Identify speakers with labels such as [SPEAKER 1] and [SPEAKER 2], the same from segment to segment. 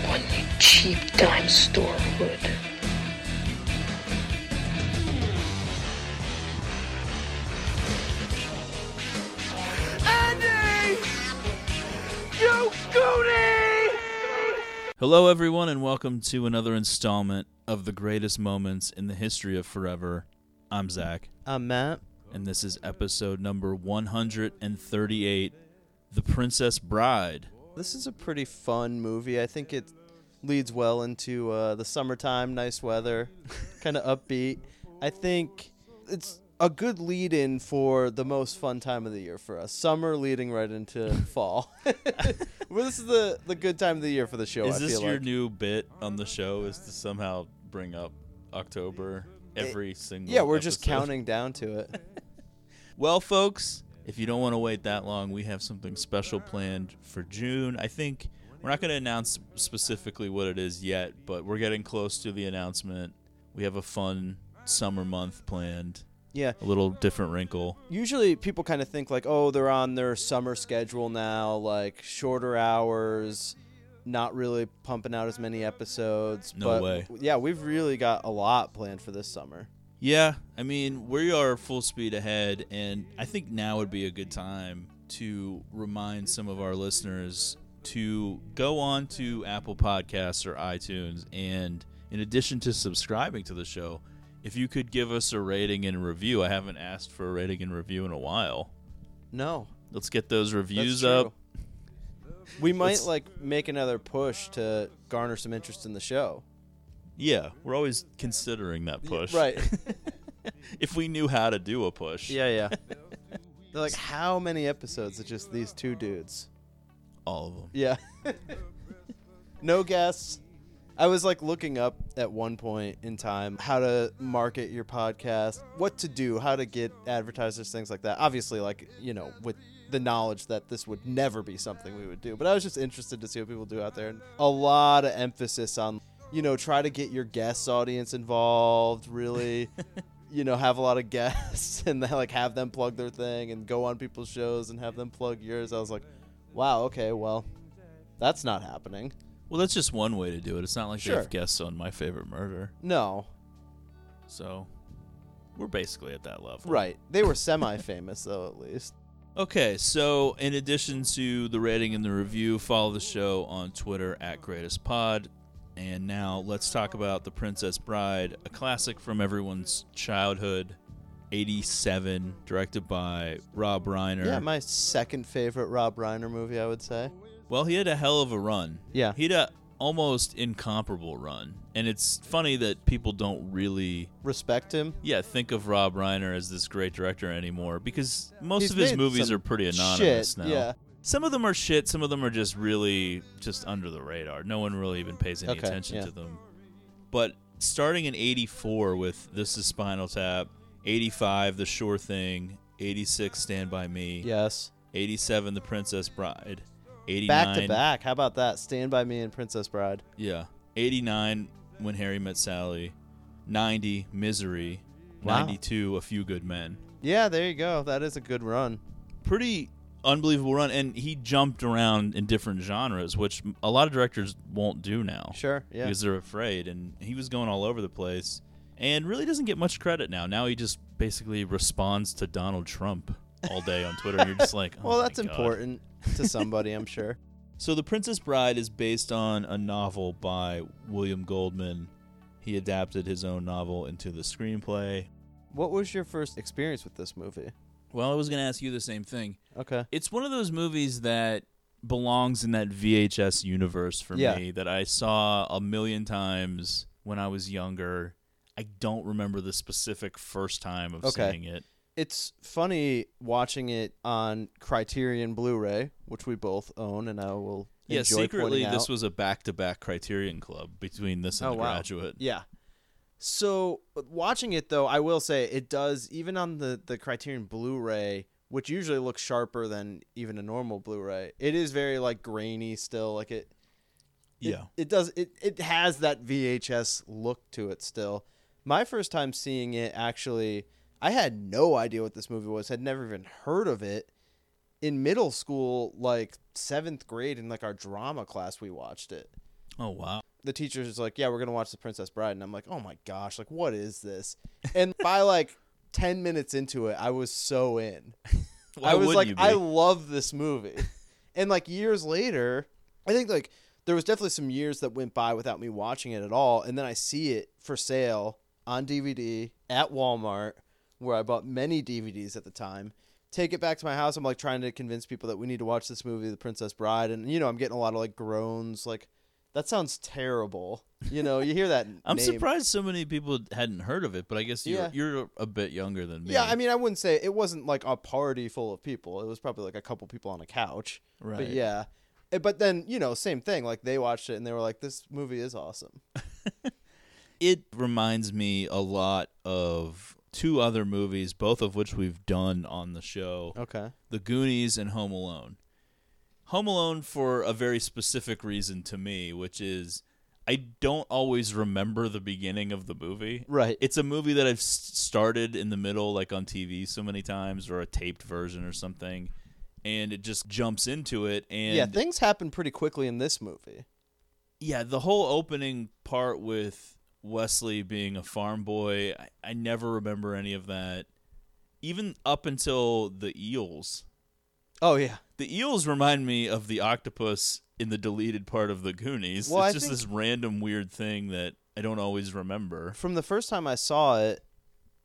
[SPEAKER 1] one, you cheap dime store hood.
[SPEAKER 2] Hello, everyone, and welcome to another installment of the greatest moments in the history of forever. I'm Zach,
[SPEAKER 3] I'm Uh, Matt.
[SPEAKER 2] and this is episode number 138 The Princess Bride.
[SPEAKER 3] This is a pretty fun movie. I think it leads well into uh, the summertime, nice weather, kind of upbeat. I think it's a good lead in for the most fun time of the year for us. Summer leading right into fall. well, this is the, the good time of the year for the show.
[SPEAKER 2] is
[SPEAKER 3] I
[SPEAKER 2] this
[SPEAKER 3] feel
[SPEAKER 2] your
[SPEAKER 3] like.
[SPEAKER 2] new bit on the show? Is to somehow bring up October every single
[SPEAKER 3] Yeah, we're just
[SPEAKER 2] episode?
[SPEAKER 3] counting down to it.
[SPEAKER 2] Well, folks, if you don't want to wait that long, we have something special planned for June. I think we're not going to announce specifically what it is yet, but we're getting close to the announcement. We have a fun summer month planned,
[SPEAKER 3] Yeah.
[SPEAKER 2] a little different wrinkle.
[SPEAKER 3] usually people kind of think like oh they're on their summer schedule now like shorter hours not really pumping out as many episodes
[SPEAKER 2] No
[SPEAKER 3] but
[SPEAKER 2] way.
[SPEAKER 3] yeah we've really got a lot planned for this summer
[SPEAKER 2] Yeah, I mean, we are full speed ahead, and I think now would be a good time to remind some of our listeners to go on to Apple Podcasts or iTunes, and in addition to subscribing to the show, if you could give us a rating and review, I haven't asked for a rating and review in a while.
[SPEAKER 3] no
[SPEAKER 2] Let's get those
[SPEAKER 3] that's
[SPEAKER 2] reviews
[SPEAKER 3] true.
[SPEAKER 2] up.
[SPEAKER 3] we might
[SPEAKER 2] Let's-
[SPEAKER 3] like make another push to garner some interest in the show
[SPEAKER 2] Yeah, we're always considering that push.
[SPEAKER 3] right
[SPEAKER 2] If we knew how to do a push.
[SPEAKER 3] yeah yeah they're like how many episodes of just these two dudes
[SPEAKER 2] All of them.
[SPEAKER 3] Yeah. no guess. I was like looking up at one point in time how to market your podcast, what to do, how to get advertisers, things like that. Obviously, like, you know, with the knowledge that this would never be something we would do. But I was just interested to see what people do out there. And a lot of emphasis on, you know, try to get your guest audience involved, really. you know, have a lot of guests and then like have them plug their thing and go on people's shows and have them plug yours. I was like, wow, okay, well, that's not happening.
[SPEAKER 2] Well, that's just one way to do it. It's not like they
[SPEAKER 3] Sure.
[SPEAKER 2] have guests on My Favorite Murder.
[SPEAKER 3] No,
[SPEAKER 2] So we're basically at that level.
[SPEAKER 3] right. They were semi famous, though, at least.
[SPEAKER 2] Okay, so in addition to the rating and the review, follow the show on Twitter at Greatest Pod. And now let's talk about The Princess Bride, a classic from everyone's childhood. 87, directed by Rob Reiner.
[SPEAKER 3] Yeah, my second favorite Rob Reiner movie, I would say.
[SPEAKER 2] Well, he had a hell of a run.
[SPEAKER 3] Yeah.
[SPEAKER 2] He had a almost incomparable run. And it's funny that people don't really
[SPEAKER 3] Respect him.
[SPEAKER 2] yeah, think of Rob Reiner as this great director anymore because most
[SPEAKER 3] He's
[SPEAKER 2] of his
[SPEAKER 3] made
[SPEAKER 2] movies
[SPEAKER 3] some
[SPEAKER 2] are pretty anonymous
[SPEAKER 3] shit,
[SPEAKER 2] now.
[SPEAKER 3] yeah.
[SPEAKER 2] Some of them are shit, some of them are just really just under the radar. No one really even pays any
[SPEAKER 3] Okay,
[SPEAKER 2] attention
[SPEAKER 3] yeah.
[SPEAKER 2] to them. But starting in 84 with This is Spinal Tap, 85 The Sure Thing, 86 Stand by Me,
[SPEAKER 3] Yes.
[SPEAKER 2] 87 The Princess Bride, 89
[SPEAKER 3] Back to back. How about that? Stand by Me and Princess Bride.
[SPEAKER 2] yeah. 89 when harry met sally 90 misery
[SPEAKER 3] Wow.
[SPEAKER 2] 92 a few good men
[SPEAKER 3] Yeah, there you go. That is a good run.
[SPEAKER 2] pretty unbelievable run and he jumped around in different genres which a lot of directors won't do now
[SPEAKER 3] Sure. Yeah.
[SPEAKER 2] because they're afraid and he was going all over the place and really doesn't get much credit now now he just basically responds to donald trump all day on twitter and you're just like oh
[SPEAKER 3] well,
[SPEAKER 2] my
[SPEAKER 3] that's
[SPEAKER 2] God.
[SPEAKER 3] important to somebody, I'm sure.
[SPEAKER 2] So The Princess Bride is based on a novel by William Goldman. He adapted his own novel into the screenplay.
[SPEAKER 3] What was your first experience with this movie?
[SPEAKER 2] Well, I was going to ask you the same thing.
[SPEAKER 3] Okay.
[SPEAKER 2] It's one of those movies that belongs in that VHS universe for
[SPEAKER 3] Yeah.
[SPEAKER 2] me that I saw a million times when I was younger. I don't remember the specific first time of
[SPEAKER 3] Okay.
[SPEAKER 2] seeing it.
[SPEAKER 3] It's funny watching it on Criterion Blu-ray, which we both own, and I will
[SPEAKER 2] Yeah,
[SPEAKER 3] enjoy
[SPEAKER 2] secretly
[SPEAKER 3] pointing
[SPEAKER 2] this
[SPEAKER 3] out. Oh,
[SPEAKER 2] was a back-to-back Criterion Club between this and The Graduate.
[SPEAKER 3] Yeah. So watching it though, I will say it does even on the the Criterion Blu-ray, which usually looks sharper than even a normal Blu-ray. It is very like grainy still, like it it-
[SPEAKER 2] Yeah.
[SPEAKER 3] It, does it it has that VHS look to it still. My first time seeing it actually I had no idea what this movie was. Had never even heard of it. In middle school, like 7th grade in like our drama class we watched it
[SPEAKER 2] Oh wow.
[SPEAKER 3] the teacher's just like, "Yeah, we're gonna watch The Princess Bride," and I'm like, "Oh my gosh, like what is this?" And by like ten minutes into it, I was so in.
[SPEAKER 2] Why
[SPEAKER 3] I was
[SPEAKER 2] wouldn't
[SPEAKER 3] like,
[SPEAKER 2] you be?
[SPEAKER 3] "I love this movie," and like years later, I think like there was definitely some years that went by without me watching it at all, and then I see it for sale on DVD at Walmart, where I bought many DVDs at the time. Take it back to my house. I'm like trying to convince people that we need to watch this movie, The Princess Bride, and you know I'm getting a lot of like groans, like that sounds terrible. You know, you hear that.
[SPEAKER 2] I'm
[SPEAKER 3] name.
[SPEAKER 2] surprised so many people hadn't heard of it, but I guess you're
[SPEAKER 3] Yeah.
[SPEAKER 2] you're a bit younger than me.
[SPEAKER 3] Yeah, I mean, I wouldn't say it wasn't like a party full of people. It was probably like a couple people on a couch.
[SPEAKER 2] Right.
[SPEAKER 3] But yeah. Eh, But then, you know, same thing. Like they watched it and they were like, this movie is awesome.
[SPEAKER 2] it reminds me a lot of two other movies, both of which we've done on the show:
[SPEAKER 3] Okay.
[SPEAKER 2] The Goonies and Home Alone. Home Alone for a very specific reason to me, which is I don't always remember the beginning of the movie.
[SPEAKER 3] Right.
[SPEAKER 2] It's a movie that I've s- started in the middle, like on TV, so many times, or a taped version or something, and it just jumps into it. And
[SPEAKER 3] yeah, things happen pretty quickly in this movie.
[SPEAKER 2] yeah, the whole opening part with Wesley being a farm boy, I, I never remember any of that. Even up until the eels.
[SPEAKER 3] Oh, yeah.
[SPEAKER 2] The eels remind me of the octopus in the deleted part of the Goonies.
[SPEAKER 3] Well,
[SPEAKER 2] it's
[SPEAKER 3] I
[SPEAKER 2] just
[SPEAKER 3] think-
[SPEAKER 2] this random weird thing that I don't always remember.
[SPEAKER 3] From the first time I saw it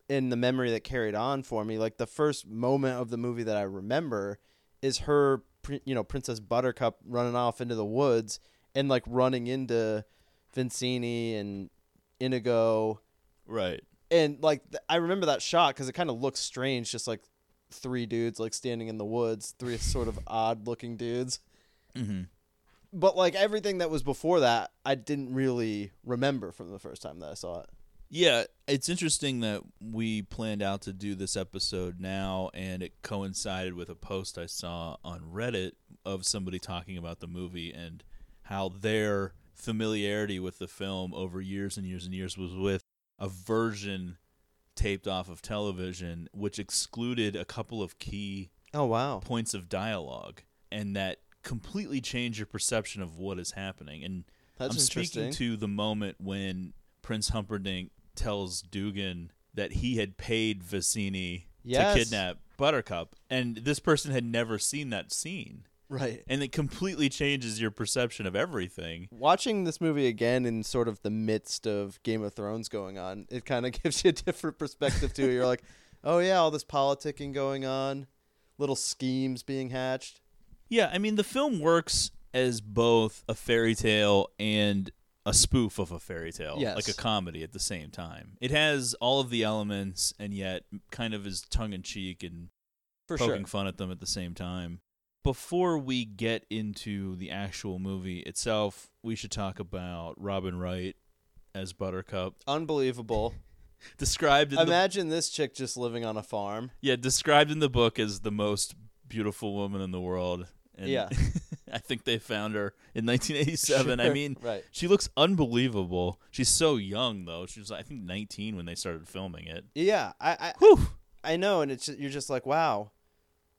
[SPEAKER 3] and the memory that carried on for me, like the first moment of the movie that I remember is her, pr- you know, Princess Buttercup running off into the woods and like running into Vincini and Inigo
[SPEAKER 2] Right.
[SPEAKER 3] and like th- I remember that shot because it kind of looks strange, just like three dudes like standing in the woods, three sort of odd looking dudes. Mm-hmm. But like everything that was before that, I didn't really remember from the first time that I saw it.
[SPEAKER 2] Yeah, it's interesting that we planned out to do this episode now, and it coincided with a post I saw on Reddit of somebody talking about the movie and how their familiarity with the film over years and years and years was with a version taped off of television, which excluded a couple of key
[SPEAKER 3] Oh wow!
[SPEAKER 2] points of dialogue, and that completely change your perception of what is happening. And
[SPEAKER 3] That's
[SPEAKER 2] I'm speaking
[SPEAKER 3] interesting.
[SPEAKER 2] to the moment when Prince Humperdinck tells Dugan that he had paid Vicini
[SPEAKER 3] Yes.
[SPEAKER 2] to kidnap Buttercup, and this person had never seen that scene,
[SPEAKER 3] Right.
[SPEAKER 2] and it completely changes your perception of everything.
[SPEAKER 3] Watching this movie again in sort of the midst of Game of Thrones going on, it kind of gives you a different perspective too. You're like, oh yeah, all this politicking going on, little schemes being hatched.
[SPEAKER 2] Yeah, I mean the film works as both a fairy tale and a spoof of a fairy tale,
[SPEAKER 3] Yes.
[SPEAKER 2] like a comedy at the same time. It has all of the elements and yet kind of is tongue in cheek and
[SPEAKER 3] For
[SPEAKER 2] poking fun at them at the same time. Before we get into the actual movie itself, we should talk about Robin Wright as Buttercup,
[SPEAKER 3] Unbelievable.
[SPEAKER 2] described in the
[SPEAKER 3] Imagine this chick just living on a farm.
[SPEAKER 2] yeah, described in the book as the most beautiful woman in the world. And
[SPEAKER 3] Yeah.
[SPEAKER 2] I think they found her in 1987. I
[SPEAKER 3] Sure,
[SPEAKER 2] mean,
[SPEAKER 3] right.
[SPEAKER 2] she looks unbelievable. She's so young though. She was I think 19 when they started filming it.
[SPEAKER 3] Yeah, I
[SPEAKER 2] Whew.
[SPEAKER 3] I, I know, and it's ju- you're just like, wow,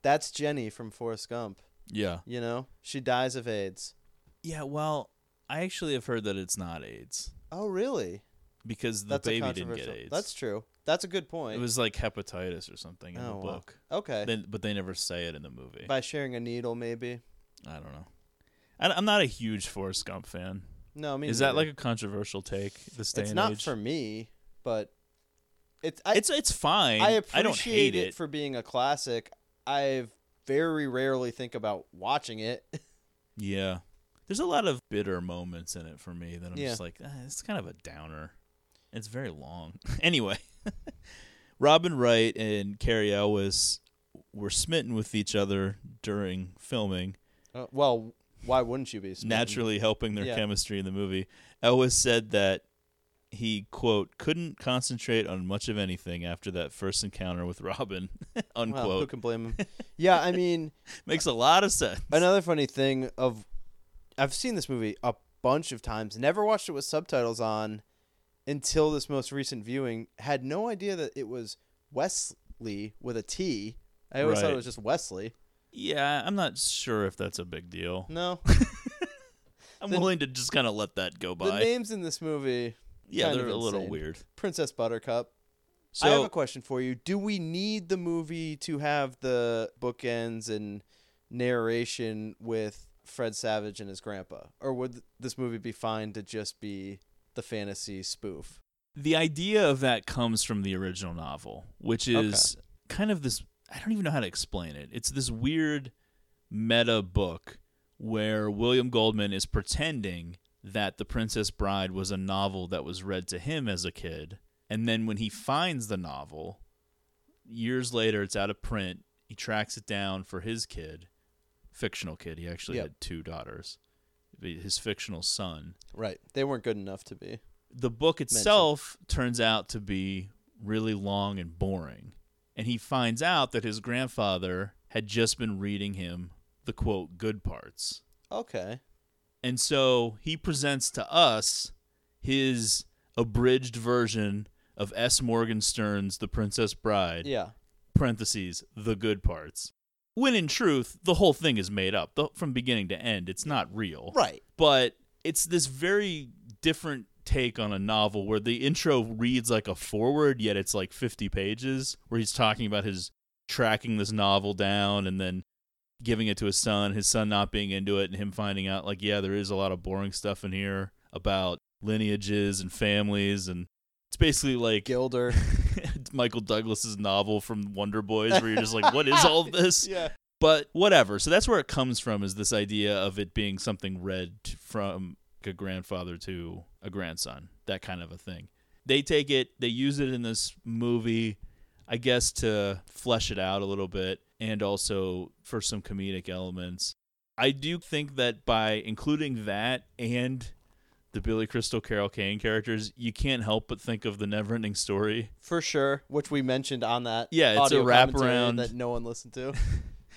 [SPEAKER 3] that's Jenny from Forrest Gump.
[SPEAKER 2] Yeah.
[SPEAKER 3] You know, she dies of AIDS.
[SPEAKER 2] Yeah, well, I actually have heard that it's not AIDS
[SPEAKER 3] Oh, really?
[SPEAKER 2] because the
[SPEAKER 3] That's a
[SPEAKER 2] baby didn't
[SPEAKER 3] controversial.
[SPEAKER 2] get AIDS.
[SPEAKER 3] That's true. That's a good point.
[SPEAKER 2] it was like hepatitis or something in
[SPEAKER 3] Oh,
[SPEAKER 2] the
[SPEAKER 3] wow.
[SPEAKER 2] book.
[SPEAKER 3] okay.
[SPEAKER 2] Then, but they never say it in the movie.
[SPEAKER 3] By sharing a needle, maybe.
[SPEAKER 2] I don't know. I, am not a huge Forrest Gump fan.
[SPEAKER 3] No, I mean,
[SPEAKER 2] Is that like a controversial take? This day
[SPEAKER 3] it's
[SPEAKER 2] and
[SPEAKER 3] not
[SPEAKER 2] age?
[SPEAKER 3] for me, but it's I,
[SPEAKER 2] it's it's fine.
[SPEAKER 3] I appreciate
[SPEAKER 2] don't hate
[SPEAKER 3] it, for being a classic. I very rarely think about watching it.
[SPEAKER 2] yeah. There's a lot of bitter moments in it for me that I'm
[SPEAKER 3] Yeah.
[SPEAKER 2] just like, ah, it's kind of a downer. It's very long. anyway, Robin Wright and Carrie Elwes were smitten with each other during filming,
[SPEAKER 3] Uh, well, why wouldn't you be? smitten?
[SPEAKER 2] naturally helping their
[SPEAKER 3] Yeah.
[SPEAKER 2] chemistry in the movie. Elwes said that he quote couldn't concentrate on much of anything after that first encounter with Robin unquote.
[SPEAKER 3] Well, who can blame him? yeah, I mean,
[SPEAKER 2] Makes a lot of sense.
[SPEAKER 3] another funny thing of I've seen this movie a bunch of times. Never watched it with subtitles on until this most recent viewing. Had no idea that it was Wesley with a T. I always thought
[SPEAKER 2] Right.
[SPEAKER 3] it was just Wesley.
[SPEAKER 2] Yeah, I'm not sure if that's a big deal.
[SPEAKER 3] No,
[SPEAKER 2] I'm
[SPEAKER 3] the-
[SPEAKER 2] willing to just kind of let that go
[SPEAKER 3] the
[SPEAKER 2] by.
[SPEAKER 3] names in this movie.
[SPEAKER 2] yeah,
[SPEAKER 3] kind
[SPEAKER 2] they're
[SPEAKER 3] of
[SPEAKER 2] a little
[SPEAKER 3] insane.
[SPEAKER 2] weird.
[SPEAKER 3] Princess Buttercup.
[SPEAKER 2] So
[SPEAKER 3] I have a question for you. Do we need the movie to have the bookends and narration with Fred Savage and his grandpa? Or would this movie be fine to just be the fantasy spoof?
[SPEAKER 2] the idea of that comes from the original novel, which is kind of this I don't even know how to explain it. It's this weird meta book where William Goldman is pretending that The Princess Bride was a novel that was read to him as a kid. And then when he finds the novel, years later, it's out of print. He tracks it down for his kid, fictional kid. He actually
[SPEAKER 3] Yep.
[SPEAKER 2] had two daughters, his fictional son
[SPEAKER 3] Right. They weren't good enough to be.
[SPEAKER 2] the book itself turns out to be really long and boring. And he finds out that his grandfather had just been reading him the quote, good parts.
[SPEAKER 3] Okay.
[SPEAKER 2] And so he presents to us his abridged version of S. Morgan Stern's The Princess Bride,
[SPEAKER 3] Yeah.
[SPEAKER 2] parentheses, the good parts. When in truth, the whole thing is made up the, from beginning to end. It's not real
[SPEAKER 3] Right.
[SPEAKER 2] but it's this very different take on a novel where the intro reads like a forward yet it's like 50 pages where he's talking about his tracking this novel down and then giving it to his son his son not being into it and him finding out like yeah there is a lot of boring stuff in here about lineages and families and it's basically like
[SPEAKER 3] Gilder.
[SPEAKER 2] michael douglas's novel from wonder boys where you're just like what is all this
[SPEAKER 3] yeah.
[SPEAKER 2] but whatever so that's where it comes from is this idea of it being something read t- from a grandfather to a grandson that kind of a thing they take it they use it in this movie i guess to flesh it out a little bit and also for some comedic elements i do think that by including that and the billy crystal carol kane characters you can't help but think of the never ending story
[SPEAKER 3] For sure. Which we mentioned on that.
[SPEAKER 2] Yeah, it's a
[SPEAKER 3] audio commentary
[SPEAKER 2] wraparound.
[SPEAKER 3] that no one listened to.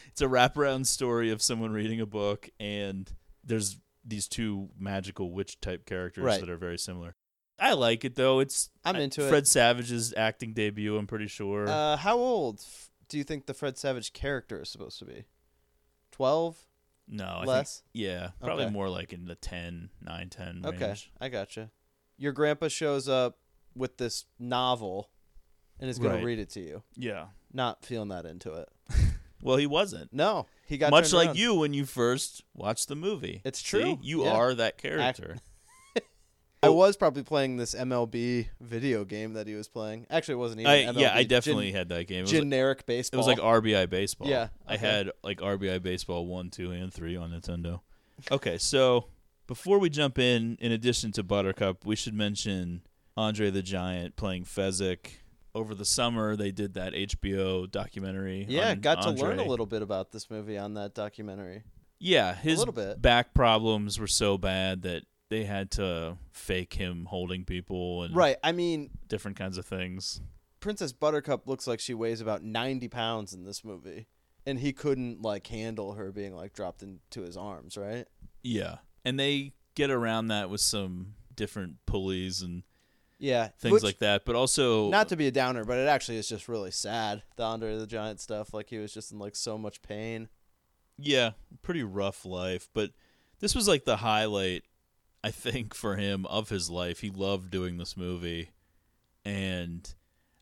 [SPEAKER 2] it's a wraparound story of someone reading a book and there's these two magical witch type characters
[SPEAKER 3] Right.
[SPEAKER 2] that are very similar. I like it though. It's
[SPEAKER 3] I'm
[SPEAKER 2] I-
[SPEAKER 3] into it.
[SPEAKER 2] Fred Savage's acting debut, I'm pretty sure.
[SPEAKER 3] Uh, how old f- do you think the Fred Savage character is supposed to be? Twelve.
[SPEAKER 2] no, I
[SPEAKER 3] less?
[SPEAKER 2] think yeah, probably
[SPEAKER 3] Okay.
[SPEAKER 2] more like in the 10, 9, 10
[SPEAKER 3] Okay,
[SPEAKER 2] range.
[SPEAKER 3] I gotcha. Your grandpa shows up with this novel and is going
[SPEAKER 2] Right.
[SPEAKER 3] to read it to you.
[SPEAKER 2] Yeah.
[SPEAKER 3] Not feeling that into it.
[SPEAKER 2] Well, he wasn't.
[SPEAKER 3] No, he got
[SPEAKER 2] Much
[SPEAKER 3] turned
[SPEAKER 2] like
[SPEAKER 3] around.
[SPEAKER 2] you when you first watched the movie.
[SPEAKER 3] It's
[SPEAKER 2] See?
[SPEAKER 3] true.
[SPEAKER 2] You
[SPEAKER 3] Yeah.
[SPEAKER 2] are that character.
[SPEAKER 3] I was probably playing this MLB video game that he was playing. Actually, it wasn't even.
[SPEAKER 2] I,
[SPEAKER 3] MLB,
[SPEAKER 2] yeah, I
[SPEAKER 3] gen-
[SPEAKER 2] definitely had that game. It was, like,
[SPEAKER 3] generic
[SPEAKER 2] it
[SPEAKER 3] baseball.
[SPEAKER 2] was like RBI baseball.
[SPEAKER 3] Yeah,
[SPEAKER 2] I
[SPEAKER 3] okay.
[SPEAKER 2] had like RBI baseball 1, 2 and 3 on Nintendo. Okay, so before we jump in in addition to Buttercup, we should mention Andre the Giant playing Fezzik. Over the summer they did that HBO documentary.
[SPEAKER 3] yeah,
[SPEAKER 2] on
[SPEAKER 3] got to learn a
[SPEAKER 2] Andre.
[SPEAKER 3] little bit about this movie on that documentary.
[SPEAKER 2] Yeah, his
[SPEAKER 3] little bit.
[SPEAKER 2] back problems were so bad that they had to fake him holding people and
[SPEAKER 3] Right. I mean,
[SPEAKER 2] different kinds of things.
[SPEAKER 3] Princess Buttercup looks like she weighs about 90 pounds in this movie. and he couldn't like handle her being like dropped into his arms, right?
[SPEAKER 2] Yeah. And they get around that with some different pulleys and
[SPEAKER 3] Yeah,
[SPEAKER 2] things
[SPEAKER 3] which-
[SPEAKER 2] like that. But also,
[SPEAKER 3] Not to be a downer, but it actually is just really sad. The Andre the Giant stuff, like he was just in like so much pain.
[SPEAKER 2] yeah, pretty rough life. But this was like the highlight, I think, for him of his life. He loved doing this movie. And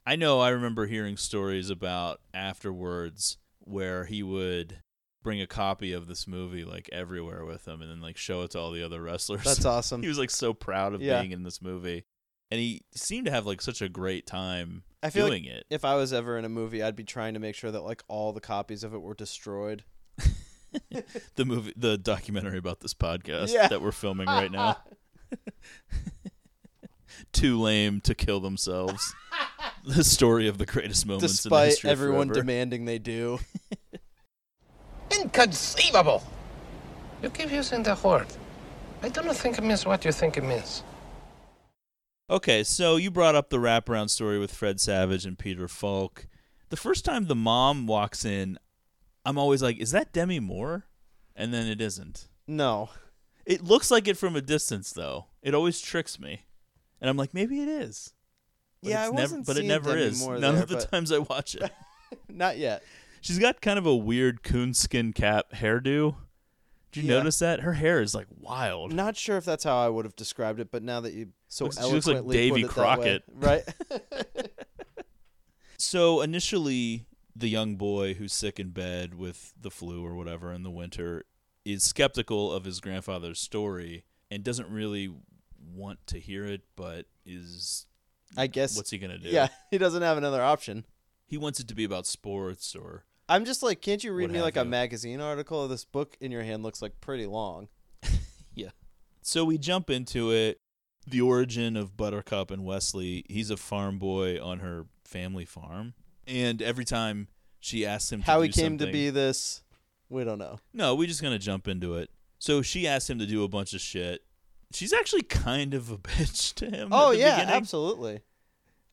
[SPEAKER 2] I know I remember hearing stories about afterwards where he would bring a copy of this movie like everywhere with him and then like show it to all the other wrestlers.
[SPEAKER 3] That's awesome.
[SPEAKER 2] he was like so proud of
[SPEAKER 3] Yeah.
[SPEAKER 2] being in this movie. And he seemed to have like such a great time
[SPEAKER 3] I feel
[SPEAKER 2] doing
[SPEAKER 3] like
[SPEAKER 2] it.
[SPEAKER 3] if I was ever in a movie, I'd be trying to make sure that like all the copies of it were destroyed.
[SPEAKER 2] the movie the documentary about this podcast
[SPEAKER 3] Yeah.
[SPEAKER 2] that we're filming right now too lame to kill themselves the story of the greatest moments in the
[SPEAKER 3] Despite
[SPEAKER 2] history of
[SPEAKER 3] everyone
[SPEAKER 2] forever.
[SPEAKER 3] demanding they do.
[SPEAKER 4] Inconceivable! You keep using the word. I do not think it means what you think it means.
[SPEAKER 2] okay so you brought up the wraparound story with fred savage and peter falk the first time the mom walks in i'm always like is that demi moore and then it isn't
[SPEAKER 3] No.
[SPEAKER 2] it looks like it from a distance though it always tricks me and i'm like maybe it is But
[SPEAKER 3] yeah,
[SPEAKER 2] it's
[SPEAKER 3] I
[SPEAKER 2] never-
[SPEAKER 3] wasn't
[SPEAKER 2] but it
[SPEAKER 3] seeing
[SPEAKER 2] never
[SPEAKER 3] Demi
[SPEAKER 2] is.
[SPEAKER 3] Moore
[SPEAKER 2] None
[SPEAKER 3] there,
[SPEAKER 2] of the
[SPEAKER 3] but-
[SPEAKER 2] times I watch it.
[SPEAKER 3] Not yet.
[SPEAKER 2] She's got kind of a weird coonskin cap hairdo. Did you
[SPEAKER 3] Yeah.
[SPEAKER 2] notice that? Her hair is like wild.
[SPEAKER 3] Not sure if that's how I would have described it, but now that you so
[SPEAKER 2] Looks- she looks like
[SPEAKER 3] eloquently
[SPEAKER 2] Davy
[SPEAKER 3] put it that way-
[SPEAKER 2] Crockett.
[SPEAKER 3] right?
[SPEAKER 2] So initially, the young boy who's sick in bed with the flu or whatever in the winter is skeptical of his grandfather's story and doesn't really want to hear it, but is
[SPEAKER 3] I guess.
[SPEAKER 2] what's he gonna do?
[SPEAKER 3] Yeah, he doesn't have another option.
[SPEAKER 2] He wants it to be about sports or
[SPEAKER 3] I'm just like, can't you
[SPEAKER 2] What
[SPEAKER 3] read me like
[SPEAKER 2] have
[SPEAKER 3] a
[SPEAKER 2] you.
[SPEAKER 3] magazine article? This book in your hand looks like pretty long.
[SPEAKER 2] Yeah. So we jump into it. The origin of Buttercup and Wesley. He's a farm boy on her family farm, and every time she asks him to
[SPEAKER 3] How
[SPEAKER 2] do
[SPEAKER 3] he came to
[SPEAKER 2] something-
[SPEAKER 3] be this, we don't know.
[SPEAKER 2] No, we're just gonna jump into it. So she asks him to do a bunch of shit. She's actually kind of a bitch to him. at
[SPEAKER 3] Oh
[SPEAKER 2] the
[SPEAKER 3] yeah,
[SPEAKER 2] beginning.
[SPEAKER 3] absolutely.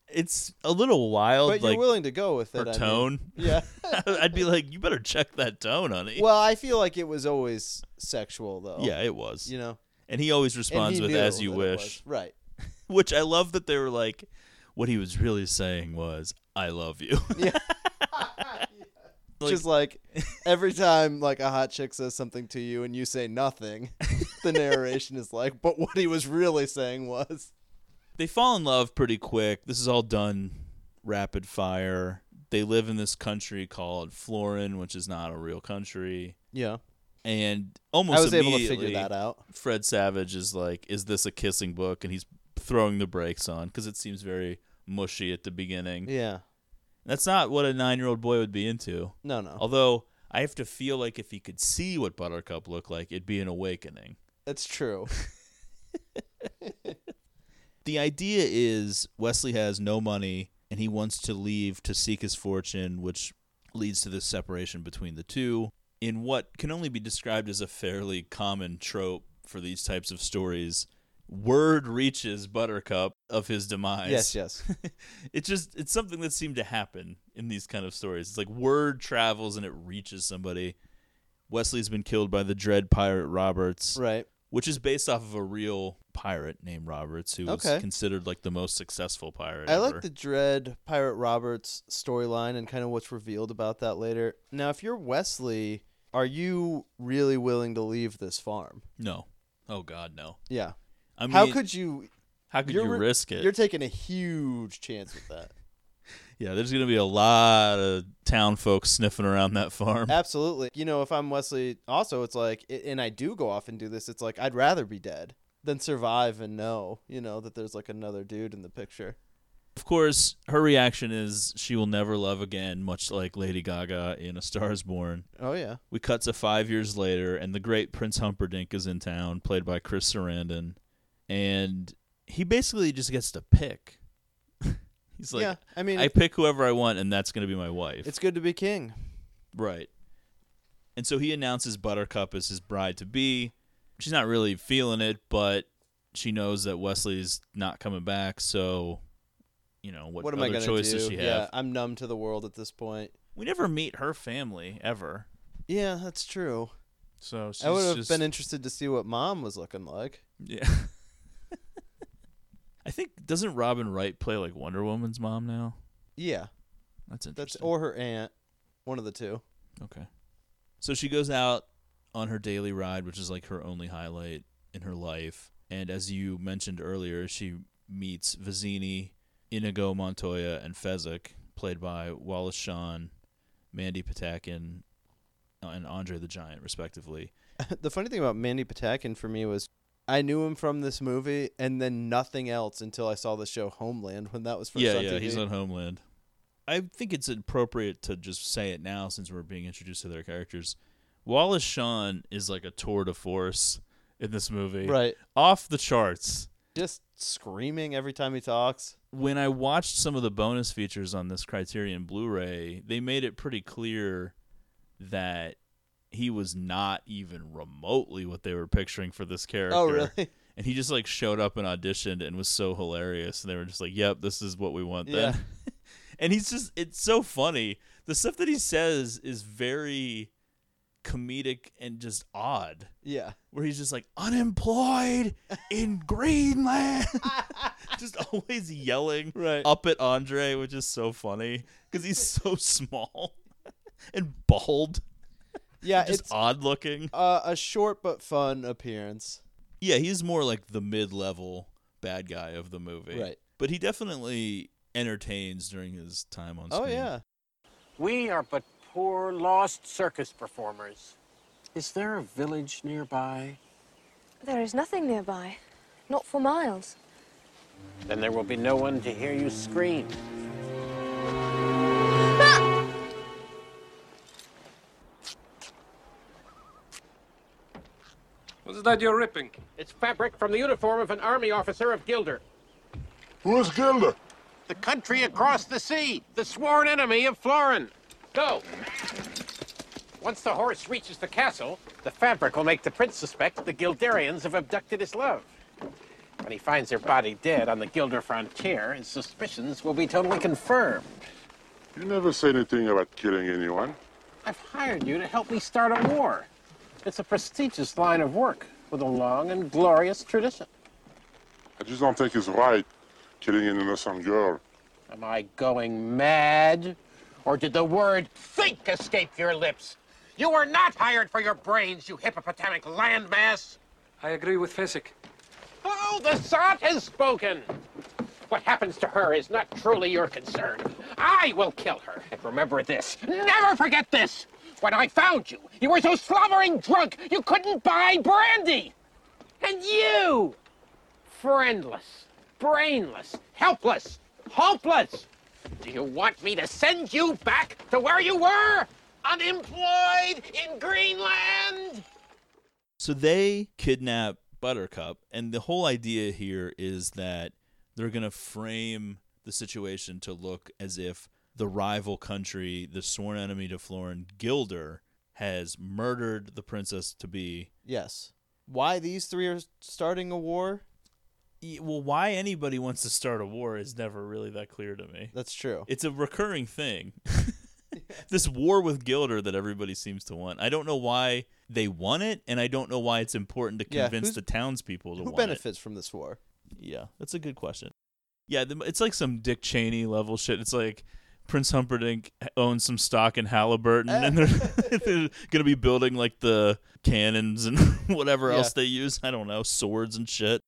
[SPEAKER 2] It's a little wild,
[SPEAKER 3] But
[SPEAKER 2] like
[SPEAKER 3] you're willing to go with it.
[SPEAKER 2] her
[SPEAKER 3] I mean.
[SPEAKER 2] tone.
[SPEAKER 3] Yeah.
[SPEAKER 2] I'd be like, you better check that tone, honey.
[SPEAKER 3] Well, I feel like it was always sexual though.
[SPEAKER 2] yeah, it was.
[SPEAKER 3] You know.
[SPEAKER 2] and he always
[SPEAKER 3] And
[SPEAKER 2] responds
[SPEAKER 3] he
[SPEAKER 2] with
[SPEAKER 3] knew
[SPEAKER 2] "as you
[SPEAKER 3] that it was.
[SPEAKER 2] wish."
[SPEAKER 3] Right.
[SPEAKER 2] which I love that they were like, what he was really saying was, "I love you." Like-
[SPEAKER 3] Just like every time like a hot chick says something to you and you say nothing, the narration is like, but what he was really saying was
[SPEAKER 2] they fall in love pretty quick. This is all done rapid fire. They live in this country called Florin, which is not a real country,
[SPEAKER 3] Yeah.
[SPEAKER 2] and almost
[SPEAKER 3] I was able to
[SPEAKER 2] immediately,
[SPEAKER 3] figure that out.
[SPEAKER 2] Fred Savage is like, "Is this a kissing book?" And he's throwing the brakes on because it seems very mushy at the beginning.
[SPEAKER 3] Yeah.
[SPEAKER 2] That's not what a nine-year-old boy would be into.
[SPEAKER 3] No, no.
[SPEAKER 2] Although I have to feel like if he could see what Buttercup looked like, it'd be an awakening.
[SPEAKER 3] That's true.
[SPEAKER 2] the idea is Wesley has no money and he wants to leave to seek his fortune, which leads to this separation between the two in what can only be described as a fairly common trope for these types of stories. Word reaches Buttercup of his demise.
[SPEAKER 3] Yes, yes.
[SPEAKER 2] It's just it's something that seemed to happen in these kind of stories. It's like word travels and it reaches somebody. Wesley's been killed by the dread pirate Roberts
[SPEAKER 3] Right.
[SPEAKER 2] which is based off of a real pirate named Roberts, who
[SPEAKER 3] Okay.
[SPEAKER 2] was considered like the most successful pirate.
[SPEAKER 3] I
[SPEAKER 2] ever.
[SPEAKER 3] like the Dread Pirate Roberts storyline and kind of what's revealed about that later. Now, if you're Wesley, are you really willing to leave this farm?
[SPEAKER 2] no. Oh God, no.
[SPEAKER 3] Yeah.
[SPEAKER 2] I mean,
[SPEAKER 3] how could you?
[SPEAKER 2] how could
[SPEAKER 3] you're
[SPEAKER 2] you
[SPEAKER 3] re-
[SPEAKER 2] risk it?
[SPEAKER 3] You're taking a huge chance with that.
[SPEAKER 2] yeah, there's gonna be a lot of town folks sniffing around that farm.
[SPEAKER 3] Absolutely. You know, if I'm Wesley, also it's like, i- and I do go off and do this. It's like I'd rather be dead than survive and know, you know, that there's like another dude in the picture.
[SPEAKER 2] of course, her reaction is she will never love again, much like Lady Gaga in A Star Is Born.
[SPEAKER 3] Oh yeah.
[SPEAKER 2] We cut to five years later, and the great Prince Humperdinck is in town, played by Chris Sarandon, and he basically just gets to pick. He's like,
[SPEAKER 3] yeah. I mean,
[SPEAKER 2] I pick whoever I want, and that's going to be my wife.
[SPEAKER 3] it's good to be king.
[SPEAKER 2] right. And so he announces Buttercup as his bride to be. She's not really feeling it, but she knows that Wesley's not coming back. So, you know, what,
[SPEAKER 3] What am
[SPEAKER 2] other
[SPEAKER 3] I going to
[SPEAKER 2] choice
[SPEAKER 3] do?
[SPEAKER 2] does she have?
[SPEAKER 3] Yeah, I'm numb to the world at this point.
[SPEAKER 2] We never meet her family ever.
[SPEAKER 3] Yeah, that's true.
[SPEAKER 2] So she's
[SPEAKER 3] I would have
[SPEAKER 2] just,
[SPEAKER 3] been interested to see what mom was looking like.
[SPEAKER 2] Yeah. I think doesn't Robin Wright play like Wonder Woman's mom now?
[SPEAKER 3] Yeah,
[SPEAKER 2] That's interesting.
[SPEAKER 3] that's or her aunt, one of the two.
[SPEAKER 2] Okay. So she goes out on her daily ride, which is like her only highlight in her life. And as you mentioned earlier, she meets Vizzini, Inigo Montoya, and Fezzik, played by Wallace Shawn, Mandy Patinkin, and Andre the Giant, respectively.
[SPEAKER 3] the funny thing about Mandy Patinkin for me was I knew him from this movie and then nothing else until I saw the show Homeland when that was first
[SPEAKER 2] yeah,
[SPEAKER 3] on
[SPEAKER 2] yeah,
[SPEAKER 3] TV.
[SPEAKER 2] he's on Homeland. I think it's appropriate to just say it now since we're being introduced to their characters. Wallace Shawn is like a tour de force in this movie.
[SPEAKER 3] Right.
[SPEAKER 2] Off the charts.
[SPEAKER 3] Just screaming every time he talks.
[SPEAKER 2] when I watched some of the bonus features on this Criterion Blu-ray, they made it pretty clear that he was not even remotely what they were picturing for this character.
[SPEAKER 3] Oh, really?
[SPEAKER 2] And he just like showed up and auditioned and was so hilarious and they were just like, "Yep, this is what we want then." and he's just it's so funny. The stuff that he says is very comedic and just odd
[SPEAKER 3] Yeah.
[SPEAKER 2] where he's just like unemployed in Greenland, just always yelling
[SPEAKER 3] Right.
[SPEAKER 2] up at Andre, which is so funny because he's so small and bald,
[SPEAKER 3] Yeah,
[SPEAKER 2] just
[SPEAKER 3] Uh, it's
[SPEAKER 2] odd looking.
[SPEAKER 3] uh, a short but fun appearance.
[SPEAKER 2] Yeah, he's more like the mid-level bad guy of the movie,
[SPEAKER 3] Right.
[SPEAKER 2] But he definitely entertains during his time on
[SPEAKER 3] Oh
[SPEAKER 2] screen.
[SPEAKER 3] yeah.
[SPEAKER 5] We are but poor, lost circus performers.
[SPEAKER 6] Is there a village nearby?
[SPEAKER 7] There is nothing nearby. Not for miles.
[SPEAKER 5] Then there will be no one to hear you scream.
[SPEAKER 8] What's that you're ripping?
[SPEAKER 5] It's fabric from the uniform of an army officer of Gilder.
[SPEAKER 9] Who's Gilda?
[SPEAKER 5] The country across the sea, the sworn enemy of Florin. Go! Once the horse reaches the castle, the fabric will make the prince suspect the Gildarians have abducted his love. When he finds her body dead on the Gilder frontier, his suspicions will be totally confirmed.
[SPEAKER 9] You never say anything about killing anyone.
[SPEAKER 5] I've hired you to help me start a war. It's a prestigious line of work with a long and glorious tradition.
[SPEAKER 9] I just don't think it's right killing an innocent girl.
[SPEAKER 5] Am I going mad? Or did the word think escape your lips? You were not hired for your brains, you hippopotamic landmass!
[SPEAKER 8] I agree with Fezzik.
[SPEAKER 5] Oh, the sot has spoken! What happens to her is not truly your concern. I will kill her. And remember this. Never forget this! When I found you, you were so slobbering drunk you couldn't buy brandy! And you! Friendless, brainless, helpless, hopeless! Do you want me to send you back to where you were? Unemployed in Greenland?
[SPEAKER 2] So they kidnap Buttercup, and the whole idea here is that they're going to frame the situation to look as if the rival country, the sworn enemy to Florin, Gilder, has murdered the princess to be.
[SPEAKER 3] Yes. Why these three are starting a war?
[SPEAKER 2] E- Well, why anybody wants to start a war is never really that clear to me.
[SPEAKER 3] That's true.
[SPEAKER 2] It's a recurring thing. this war with Gilder that everybody seems to want. I don't know why they want it, and I don't know why it's important to
[SPEAKER 3] Yeah,
[SPEAKER 2] convince
[SPEAKER 3] who's-
[SPEAKER 2] the townspeople to
[SPEAKER 3] Who
[SPEAKER 2] want it.
[SPEAKER 3] benefits from this war?
[SPEAKER 2] Yeah, that's a good question. Yeah, the, it's like some Dick Cheney level shit. It's like Prince Humperdinck owns some stock in Halliburton, and they're,
[SPEAKER 3] Eh.
[SPEAKER 2] they're gonna be building like the cannons and whatever
[SPEAKER 3] Yeah.
[SPEAKER 2] else they use. I don't know, swords and shit.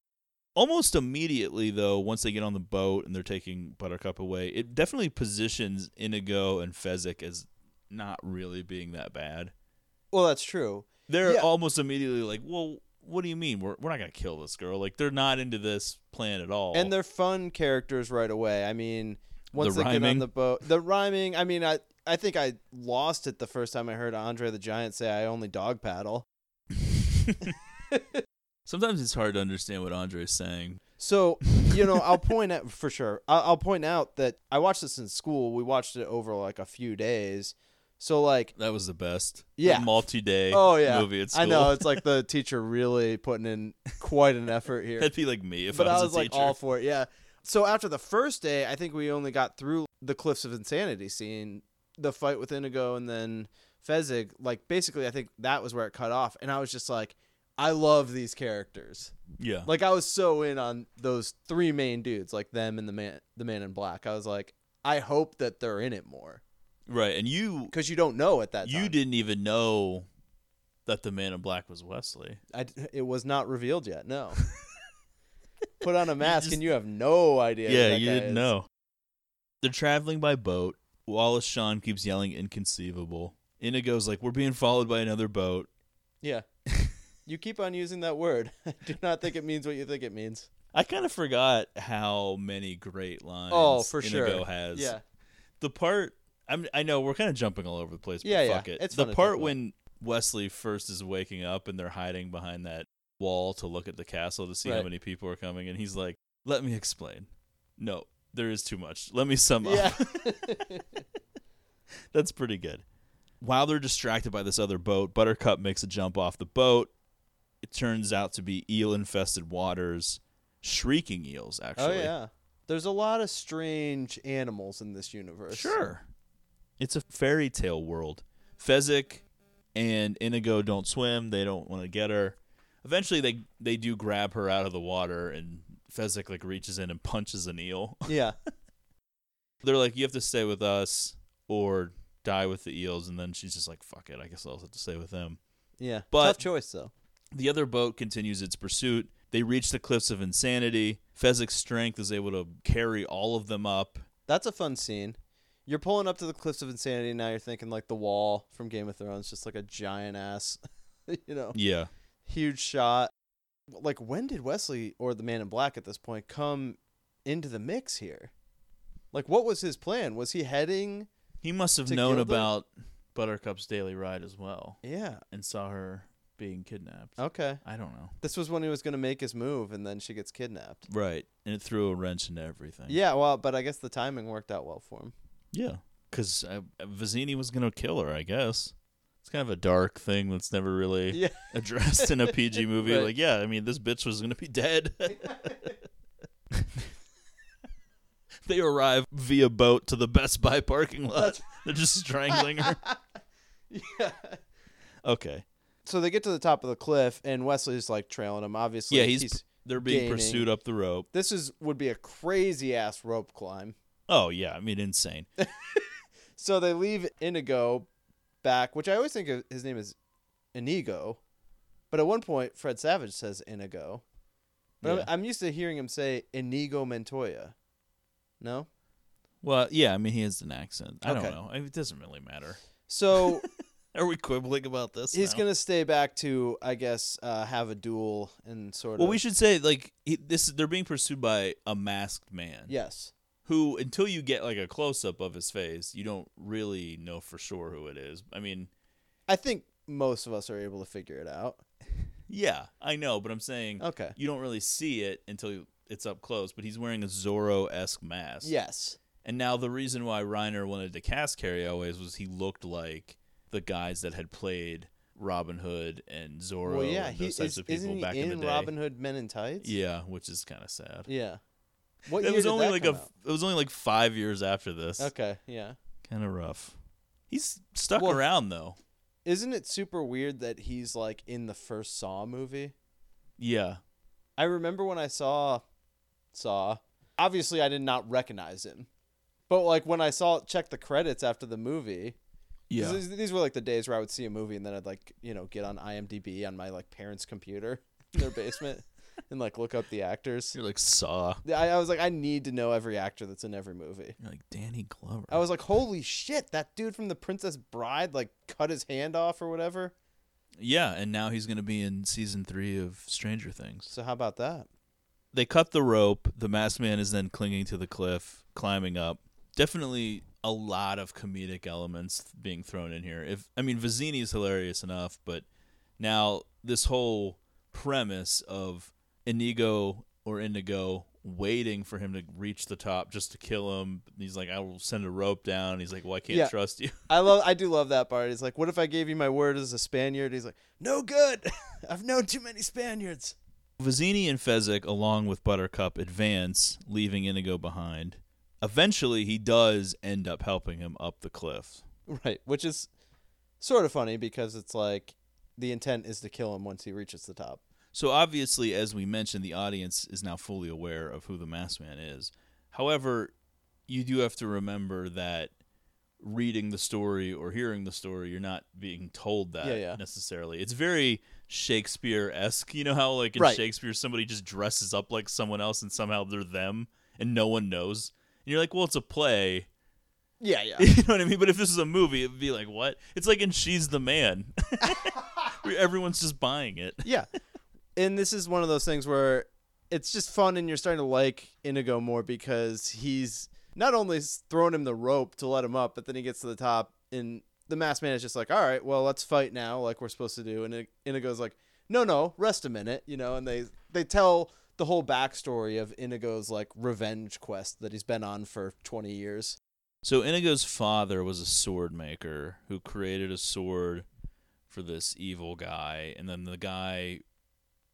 [SPEAKER 2] Almost immediately, though, once they get on the boat and they're taking Buttercup away, it definitely positions Inigo and Fezzik as not really being that bad.
[SPEAKER 3] Well, that's true.
[SPEAKER 2] They're
[SPEAKER 3] Yeah.
[SPEAKER 2] almost immediately like, well. What do you mean? We're, we're not going to kill this girl. Like, they're not into this plan at all.
[SPEAKER 3] And they're fun characters right away. I mean, once
[SPEAKER 2] The
[SPEAKER 3] they get
[SPEAKER 2] rhyming.
[SPEAKER 3] on the boat, the rhyming. I mean, I I think I lost it the first time I heard Andre the Giant say, "I only dog paddle."
[SPEAKER 2] Sometimes it's hard to understand what Andre's saying.
[SPEAKER 3] So you know, I'll point out for sure. I'll, I'll point out that I watched this in school. We watched it over like a few days. So like,
[SPEAKER 2] That was the best.
[SPEAKER 3] Yeah.
[SPEAKER 2] multi day
[SPEAKER 3] oh yeah,
[SPEAKER 2] movie at school.
[SPEAKER 3] I know it's like the teacher really putting in quite an effort here.
[SPEAKER 2] That'd be like me if
[SPEAKER 3] but
[SPEAKER 2] I was, a
[SPEAKER 3] like
[SPEAKER 2] teacher.
[SPEAKER 3] all for it. Yeah. So after the first day, I think we only got through the Cliffs of Insanity scene the fight with Inigo and then Fezzik, like basically I think that was where it cut off and I was just like I love these characters.
[SPEAKER 2] Yeah.
[SPEAKER 3] Like I was so in on those three main dudes, like them and the man the man in black. I was like I hope that they're in it more.
[SPEAKER 2] Right, and you
[SPEAKER 3] cuz you don't know at that
[SPEAKER 2] you
[SPEAKER 3] time.
[SPEAKER 2] didn't even know that the man in black was Wesley.
[SPEAKER 3] I d it was not revealed yet. No. Put on a mask and you have no idea. who
[SPEAKER 2] Yeah,
[SPEAKER 3] that
[SPEAKER 2] you
[SPEAKER 3] guy
[SPEAKER 2] didn't
[SPEAKER 3] is.
[SPEAKER 2] know. They're traveling by boat. Wallace Shawn keeps yelling inconceivable. Inigo's like, We're being followed by another boat.
[SPEAKER 3] Yeah. you keep on using that word. I do not think it means what you think it means.
[SPEAKER 2] I kind of forgot how many great lines
[SPEAKER 3] Oh, for
[SPEAKER 2] Inigo
[SPEAKER 3] sure.
[SPEAKER 2] has.
[SPEAKER 3] Yeah.
[SPEAKER 2] The part I'm I know we're kind of jumping all over the place, but
[SPEAKER 3] Yeah, yeah.
[SPEAKER 2] fuck it.
[SPEAKER 3] It's
[SPEAKER 2] the
[SPEAKER 3] fun to talk
[SPEAKER 2] part
[SPEAKER 3] about.
[SPEAKER 2] when Wesley first is waking up and they're hiding behind that wall to look at the castle to see how
[SPEAKER 3] Right.
[SPEAKER 2] many people are coming and he's like, "Let me explain." No, there is too much. Let me sum up.
[SPEAKER 3] Yeah.
[SPEAKER 2] That's pretty good. While they're distracted by this other boat, Buttercup makes a jump off the boat. It turns out to be eel infested waters, shrieking eels,
[SPEAKER 3] oh
[SPEAKER 2] actually.
[SPEAKER 3] yeah. There's a lot of strange animals in this universe.
[SPEAKER 2] Sure. It's a fairy tale world. Fezzik and Inigo don't swim. They don't want to get her. Eventually, they, they do grab her out of the water, and Fezzik like reaches in and punches an eel.
[SPEAKER 3] Yeah.
[SPEAKER 2] They're like, you have to stay with us or die with the eels. And then she's just like, fuck it. I guess I'll have to stay with them.
[SPEAKER 3] Yeah.
[SPEAKER 2] But-
[SPEAKER 3] Tough choice though.
[SPEAKER 2] The other boat continues its pursuit. They reach the cliffs of insanity. Fezzik's strength is able to carry all of them up.
[SPEAKER 3] That's a fun scene. You're pulling up to the cliffs of insanity and now you're thinking like the wall from Game of Thrones, just like a giant ass you know.
[SPEAKER 2] Yeah.
[SPEAKER 3] Huge shot. Like when did Wesley or the man in black at this point come into the mix here? Like what was his plan? Was he heading
[SPEAKER 2] He must have
[SPEAKER 3] To
[SPEAKER 2] known
[SPEAKER 3] kill them?
[SPEAKER 2] about Buttercup's daily ride as well
[SPEAKER 3] Yeah.
[SPEAKER 2] and saw her being kidnapped.
[SPEAKER 3] Okay.
[SPEAKER 2] I don't know.
[SPEAKER 3] This was when he was going to make his move, and then she gets kidnapped.
[SPEAKER 2] Right. And it threw a wrench into everything.
[SPEAKER 3] Yeah, well, but I guess the timing worked out well for him.
[SPEAKER 2] Yeah. Because uh, Vizzini was going to kill her, I guess. It's kind of a dark thing that's never really
[SPEAKER 3] Yeah.
[SPEAKER 2] addressed in a PG movie.
[SPEAKER 3] Right.
[SPEAKER 2] Like, yeah, I mean, this bitch was going to be dead. they arrive via boat to the Best Buy parking lot. They're just strangling her.
[SPEAKER 3] Yeah.
[SPEAKER 2] Okay.
[SPEAKER 3] So they get to the top of the cliff, and Wesley's like trailing him. Obviously,
[SPEAKER 2] yeah, he's, they're being
[SPEAKER 3] gaining.
[SPEAKER 2] pursued up the rope.
[SPEAKER 3] This is would be a crazy ass rope climb.
[SPEAKER 2] Oh yeah, I mean insane.
[SPEAKER 3] So they leave Inigo back, which I always think of, his name is Inigo, but at one point Fred Savage says Inigo. But
[SPEAKER 2] Yeah.
[SPEAKER 3] I'm, I'm used to hearing him say Inigo Montoya. No.
[SPEAKER 2] Well, yeah, I mean he has an accent. I
[SPEAKER 3] Okay.
[SPEAKER 2] don't know. I mean, It doesn't really matter.
[SPEAKER 3] So
[SPEAKER 2] Are we quibbling about this?
[SPEAKER 3] He's
[SPEAKER 2] now?
[SPEAKER 3] gonna stay back to, I guess, uh, have a duel and sort
[SPEAKER 2] Well,
[SPEAKER 3] of.
[SPEAKER 2] we should say like he, this. They're being pursued by a masked man.
[SPEAKER 3] Yes.
[SPEAKER 2] Who until you get like a close up of his face, you don't really know for sure who it is. I mean,
[SPEAKER 3] I think most of us are able to figure it out.
[SPEAKER 2] yeah, I know, but I'm saying
[SPEAKER 3] Okay.
[SPEAKER 2] you don't really see it until you- it's up close. But he's wearing a Zorro esque mask.
[SPEAKER 3] Yes.
[SPEAKER 2] And now the reason why Reiner wanted to cast Carrie always was he looked like the guys that had played Robin Hood and Zorro
[SPEAKER 3] well, yeah.
[SPEAKER 2] and
[SPEAKER 3] He
[SPEAKER 2] those
[SPEAKER 3] is,
[SPEAKER 2] types of people
[SPEAKER 3] isn't he
[SPEAKER 2] back
[SPEAKER 3] in,
[SPEAKER 2] in, the day.
[SPEAKER 3] Robin Hood Men in Tights?
[SPEAKER 2] Yeah, which is kind of sad.
[SPEAKER 3] Yeah. What
[SPEAKER 2] it
[SPEAKER 3] year
[SPEAKER 2] was
[SPEAKER 3] did
[SPEAKER 2] only
[SPEAKER 3] that
[SPEAKER 2] like
[SPEAKER 3] come
[SPEAKER 2] a it was only like 5 years after this.
[SPEAKER 3] out? Okay. Yeah.
[SPEAKER 2] Kind of rough. He's stuck
[SPEAKER 3] Well-
[SPEAKER 2] around though.
[SPEAKER 3] Isn't it super weird that he's like in the first Saw movie?
[SPEAKER 2] Yeah.
[SPEAKER 3] I remember when I saw Saw. Obviously, I did not recognize him, but like when I saw check the credits after the movie,
[SPEAKER 2] Yeah.
[SPEAKER 3] These, these were like the days where I would see a movie and then I'd like, you know, get on IMDb on my like parents' computer in their basement and like look up the actors.
[SPEAKER 2] You're like saw.
[SPEAKER 3] I, I was like, I need to know every actor that's in every movie.
[SPEAKER 2] You're like Danny Glover.
[SPEAKER 3] I was like, holy shit, that dude from The Princess Bride like cut his hand off or whatever.
[SPEAKER 2] yeah, and now he's going to be in season 3 of Stranger Things.
[SPEAKER 3] So how about that?
[SPEAKER 2] they cut the rope. The masked man is then clinging to the cliff, climbing up. Definitely a lot of comedic elements being thrown in here. If I mean Vizzini is hilarious enough, but now this whole premise of Inigo or Indigo waiting for him to reach the top just to kill him. He's like, I will send a rope down. He's like, Well, I can't
[SPEAKER 3] Yeah.
[SPEAKER 2] trust you.
[SPEAKER 3] I love I do love that part. He's like, What if I gave you my word as a Spaniard? He's like, No good. I've known too many Spaniards.
[SPEAKER 2] Vizzini and Fezzik, along with Buttercup, advance, leaving Inigo behind. Eventually, he does end up helping him up the cliff.
[SPEAKER 3] Right, which is sort of funny because it's like the intent is to kill him once he reaches the top.
[SPEAKER 2] So obviously, as we mentioned, the audience is now fully aware of who the masked man is. However, you do have to remember that reading the story or hearing the story, you're not being told that
[SPEAKER 3] Yeah, yeah.
[SPEAKER 2] necessarily. It's very Shakespeare esque. You know how like in
[SPEAKER 3] Right.
[SPEAKER 2] Shakespeare somebody just dresses up like someone else and somehow they're them and no one knows. And you're like, well, it's a play.
[SPEAKER 3] Yeah, yeah.
[SPEAKER 2] You know what I mean? But if this was a movie, it'd be like, what? It's like in She's the Man. Where Everyone's just buying it.
[SPEAKER 3] yeah. And this is one of those things where it's just fun and you're starting to like Inigo more because he's not only s- throwing him the rope to let him up, but then he gets to the top and the masked man is just like, all right, well, let's fight now like we're supposed to do. And I- Inigo's like, no, no, rest a minute, you know, and they, they tell the whole backstory of Inigo's like revenge quest that he's been on for 20 years.
[SPEAKER 2] So Inigo's father was a sword maker who created a sword for this evil guy, and then the guy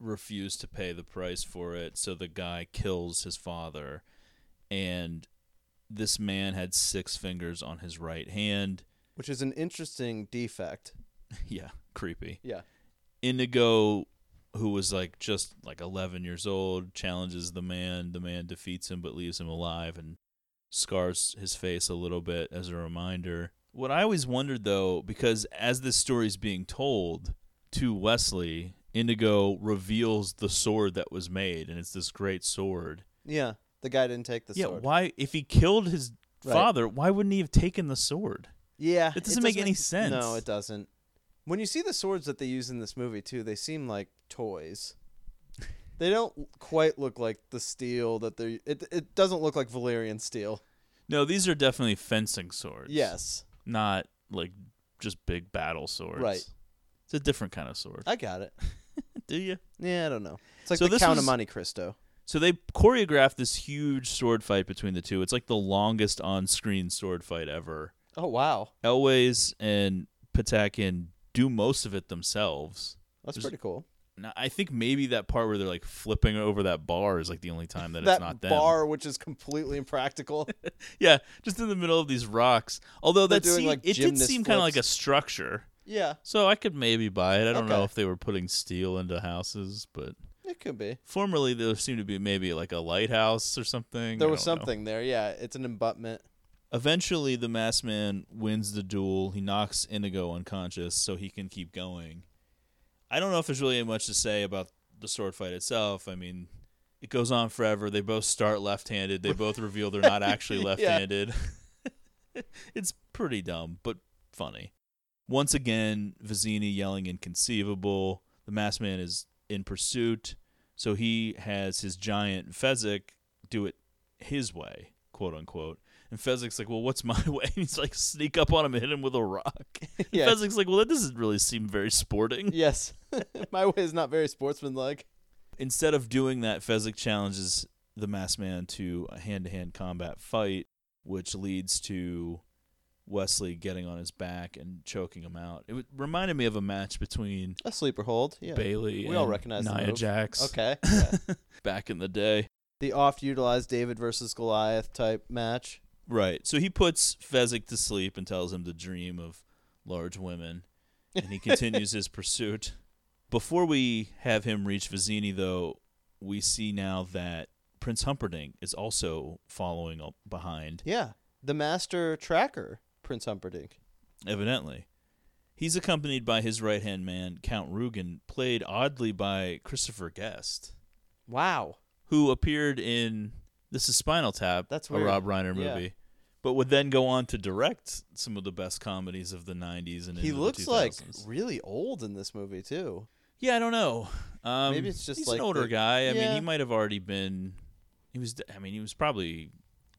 [SPEAKER 2] refused to pay the price for it, so the guy kills his father. And this man had six fingers on his right hand.
[SPEAKER 3] Which is an interesting defect.
[SPEAKER 2] yeah, creepy.
[SPEAKER 3] Yeah.
[SPEAKER 2] Indigo, who was like just like 11 years old, challenges the man. The man defeats him but leaves him alive and scars his face a little bit as a reminder. What I always wondered though, because as this story is being told to Wesley, Indigo reveals the sword that was made, and it's this great sword.
[SPEAKER 3] Yeah. The guy didn't take the
[SPEAKER 2] yeah,
[SPEAKER 3] sword.
[SPEAKER 2] why? If he killed his
[SPEAKER 3] Right.
[SPEAKER 2] father, why wouldn't he have taken the sword?
[SPEAKER 3] Yeah,
[SPEAKER 2] it doesn't make any sense.
[SPEAKER 3] No, it doesn't. When you see the swords that they use in this movie too, they seem like toys. They don't quite look like the steel that they're. It it doesn't look like Valyrian steel.
[SPEAKER 2] No, these are definitely fencing swords.
[SPEAKER 3] Yes.
[SPEAKER 2] Not like just big battle swords.
[SPEAKER 3] Right.
[SPEAKER 2] It's a different kind of sword.
[SPEAKER 3] I got it.
[SPEAKER 2] Do you?
[SPEAKER 3] Yeah, I don't know. It's like
[SPEAKER 2] So
[SPEAKER 3] the
[SPEAKER 2] this
[SPEAKER 3] Count of
[SPEAKER 2] was-
[SPEAKER 3] Monte Cristo.
[SPEAKER 2] So they choreographed this huge sword fight between the two. It's like the longest on-screen sword fight ever.
[SPEAKER 3] Oh wow,
[SPEAKER 2] Elways and Patakin do most of it themselves.
[SPEAKER 3] that's
[SPEAKER 2] There's-
[SPEAKER 3] pretty cool.
[SPEAKER 2] Now, I think maybe that part where they're like flipping over that bar is like the only time that,
[SPEAKER 3] that
[SPEAKER 2] it's not them.
[SPEAKER 3] bar, which is completely impractical.
[SPEAKER 2] Yeah, just in the middle of these rocks. Although
[SPEAKER 3] They're
[SPEAKER 2] that
[SPEAKER 3] doing,
[SPEAKER 2] seemed,
[SPEAKER 3] like,
[SPEAKER 2] it did
[SPEAKER 3] gymnast
[SPEAKER 2] seem kind of
[SPEAKER 3] flips.
[SPEAKER 2] like a structure.
[SPEAKER 3] yeah,
[SPEAKER 2] So I could maybe buy it. I don't know
[SPEAKER 3] Okay.
[SPEAKER 2] if they were putting steel into houses, but
[SPEAKER 3] it could be.
[SPEAKER 2] formerly there seemed to be maybe like a lighthouse or something.
[SPEAKER 3] There
[SPEAKER 2] I
[SPEAKER 3] was
[SPEAKER 2] don't know.
[SPEAKER 3] something there. Yeah, it's an embutment.
[SPEAKER 2] Eventually, the masked man wins the duel. He knocks Indigo unconscious so he can keep going. I don't know if there's really much to say about the sword fight itself. I mean, it goes on forever. They both start left handed, they both reveal they're not actually
[SPEAKER 3] Yeah.
[SPEAKER 2] left handed. it's pretty dumb, but funny. Once again, Vizini yelling inconceivable. The masked man is in pursuit, so he has his giant Fezzik do it his way, quote unquote. And Fezzik's like, well, what's my way? And he's like, sneak up on him and hit him with a rock. And
[SPEAKER 3] Yeah.
[SPEAKER 2] Fezzik's like, well, that doesn't really seem very sporting.
[SPEAKER 3] Yes, my way is not very sportsmanlike.
[SPEAKER 2] Instead of doing that, Fezzik challenges the masked man to a hand to hand combat fight, which leads to Wesley getting on his back and choking him out. It w- reminded me of a match between
[SPEAKER 3] A sleeper hold. Yeah,
[SPEAKER 2] Bailey
[SPEAKER 3] We all
[SPEAKER 2] and
[SPEAKER 3] recognize the
[SPEAKER 2] Nia
[SPEAKER 3] move.
[SPEAKER 2] Jax
[SPEAKER 3] Okay. yeah.
[SPEAKER 2] back in the day.
[SPEAKER 3] the oft utilized David versus Goliath type match.
[SPEAKER 2] Right. So he puts Fezzik to sleep and tells him to dream of large women, and he continues his pursuit. Before we have him reach Vizini, though, we see now that Prince Humperdinck is also following up behind,
[SPEAKER 3] Yeah. The master tracker, Prince Humperdinck.
[SPEAKER 2] evidently. He's accompanied by his right hand man, Count Rugen, played oddly by Christopher Guest,
[SPEAKER 3] Wow.
[SPEAKER 2] who appeared in This is Spinal Tap,
[SPEAKER 3] That's
[SPEAKER 2] a
[SPEAKER 3] weird.
[SPEAKER 2] Rob Reiner
[SPEAKER 3] Yeah.
[SPEAKER 2] movie, but would then go on to direct some of the best comedies of the 90s and
[SPEAKER 3] He
[SPEAKER 2] into the
[SPEAKER 3] looks like
[SPEAKER 2] 2000s.
[SPEAKER 3] really old in this movie too.
[SPEAKER 2] Yeah, I don't know. Um,
[SPEAKER 3] Maybe it's just
[SPEAKER 2] he's
[SPEAKER 3] like
[SPEAKER 2] an older
[SPEAKER 3] the-
[SPEAKER 2] guy. I mean,
[SPEAKER 3] yeah.
[SPEAKER 2] he might have already been. He was. I mean, he was probably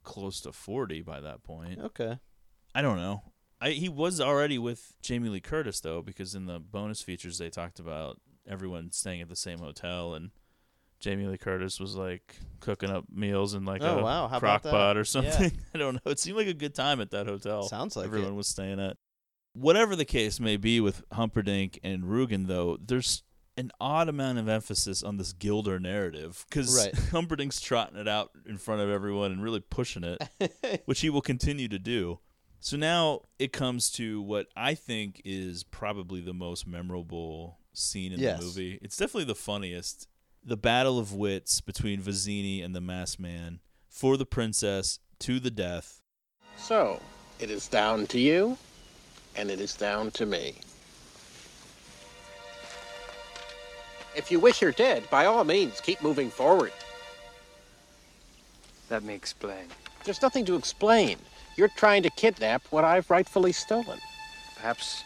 [SPEAKER 2] close to forty by that point.
[SPEAKER 3] Okay.
[SPEAKER 2] I don't know. I he was already with Jamie Lee Curtis though, because in the bonus features they talked about everyone staying at the same hotel and. Jamie Lee Curtis was like cooking up meals in like
[SPEAKER 3] Oh,
[SPEAKER 2] a
[SPEAKER 3] wow. How about
[SPEAKER 2] crock
[SPEAKER 3] that?
[SPEAKER 2] pot or
[SPEAKER 3] Yeah.
[SPEAKER 2] something. I don't know. It seemed like a good time at that hotel.
[SPEAKER 3] Sounds like
[SPEAKER 2] everyone
[SPEAKER 3] it.
[SPEAKER 2] was staying at. Whatever the case may be with Humperdinck and Rugen, though, there's an odd amount of emphasis on this Gilder narrative because
[SPEAKER 3] Right.
[SPEAKER 2] Humperdinck's trotting it out in front of everyone and really pushing it, which he will continue to do. So now it comes to what I think is probably the most memorable scene in
[SPEAKER 3] Yes.
[SPEAKER 2] the movie. It's definitely the funniest. The battle of wits between Vizzini and the masked man for the princess to the death.
[SPEAKER 5] So, it is down to you, and it is down to me. If you wish her dead, by all means, keep moving forward.
[SPEAKER 10] Let me explain.
[SPEAKER 5] There's nothing to explain. You're trying to kidnap what I've rightfully stolen.
[SPEAKER 10] Perhaps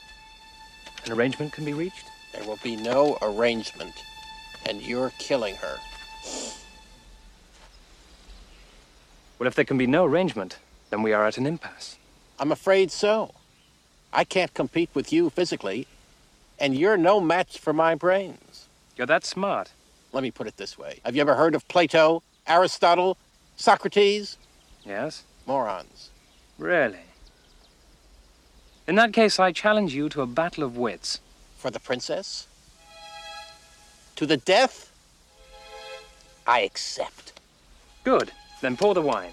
[SPEAKER 10] an arrangement can be reached?
[SPEAKER 5] There will be no arrangement, and you're killing her.
[SPEAKER 10] Well, if there can be no arrangement, then we are at an impasse.
[SPEAKER 5] I'm afraid so. I can't compete with you physically, and you're no match for my brains.
[SPEAKER 10] You're that smart.
[SPEAKER 5] Let me put it this way Have you ever heard of Plato, Aristotle, Socrates?
[SPEAKER 10] Yes?
[SPEAKER 5] Morons.
[SPEAKER 10] Really? In that case, I challenge you to a battle of wits.
[SPEAKER 5] For the princess? To the death? I accept.
[SPEAKER 10] Good. Then pour the wine.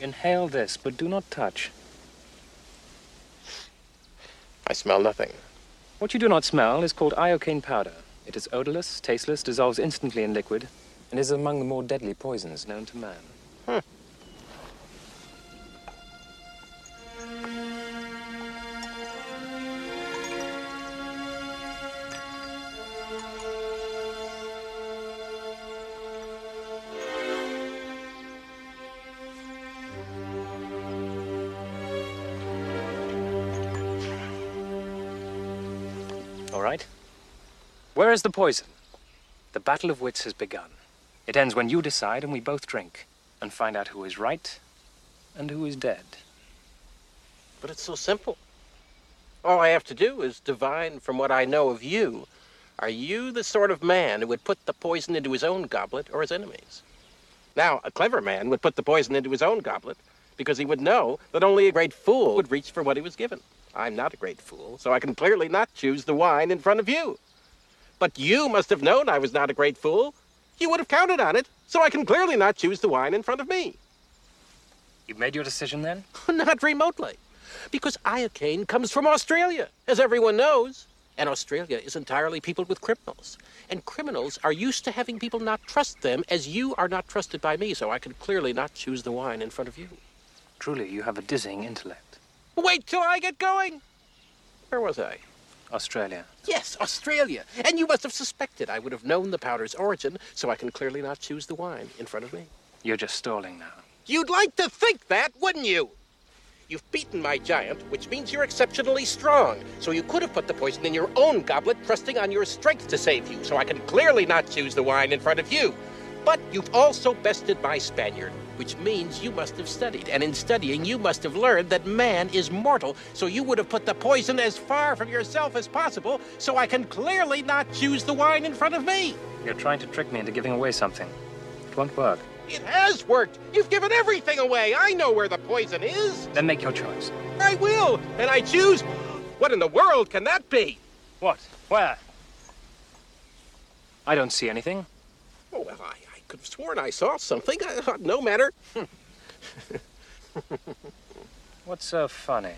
[SPEAKER 10] Inhale this, but do not touch.
[SPEAKER 5] I smell nothing.
[SPEAKER 10] What you do not smell is called iocane powder. It is odorless, tasteless, dissolves instantly in liquid, and is among the more deadly poisons known to man. All right? Where is the poison? The battle of wits has begun. It ends when you decide and we both drink and find out who is right and who is dead.
[SPEAKER 5] But it's so simple. All I have to do is divine from what I know of you. Are you the sort of man who would put the poison into his own goblet or his enemies? Now, a clever man would put the poison into his own goblet because he would know that only a great fool would reach for what he was given. I'm not a great fool, so I can clearly not choose the wine in front of you. But you must have known I was not a great fool. You would have counted on it, so I can clearly not choose the wine in front of me.
[SPEAKER 10] You've made your decision then?
[SPEAKER 5] Not remotely. Because iocane comes from Australia, as everyone knows. And Australia is entirely peopled with criminals. And criminals are used to having people not trust them, as you are not trusted by me, so I can clearly not choose the wine in front of you.
[SPEAKER 10] Truly, you have a dizzying intellect.
[SPEAKER 5] Wait till I get going! Where was I?
[SPEAKER 10] Australia.
[SPEAKER 5] Yes, Australia. And you must have suspected I would have known the powder's origin, so I can clearly not choose the wine in front of me.
[SPEAKER 10] You're just stalling now.
[SPEAKER 5] You'd like to think that, wouldn't you? You've beaten my giant, which means you're exceptionally strong. So you could have put the poison in your own goblet, trusting on your strength to save you. So I can clearly not choose the wine in front of you. But you've also bested my Spaniard, which means you must have studied. And in studying, you must have learned that man is mortal. So you would have put the poison as far from yourself as possible. So I can clearly not choose the wine in front of me.
[SPEAKER 10] You're trying to trick me into giving away something. It won't work.
[SPEAKER 5] It has worked. You've given everything away. I know where the poison is.
[SPEAKER 10] Then make your choice.
[SPEAKER 5] I will, and I choose. What in the world can that be?
[SPEAKER 10] What? Where? I don't see anything.
[SPEAKER 5] Oh, well, I, I could have sworn I saw something. Uh, no matter.
[SPEAKER 10] What's so funny?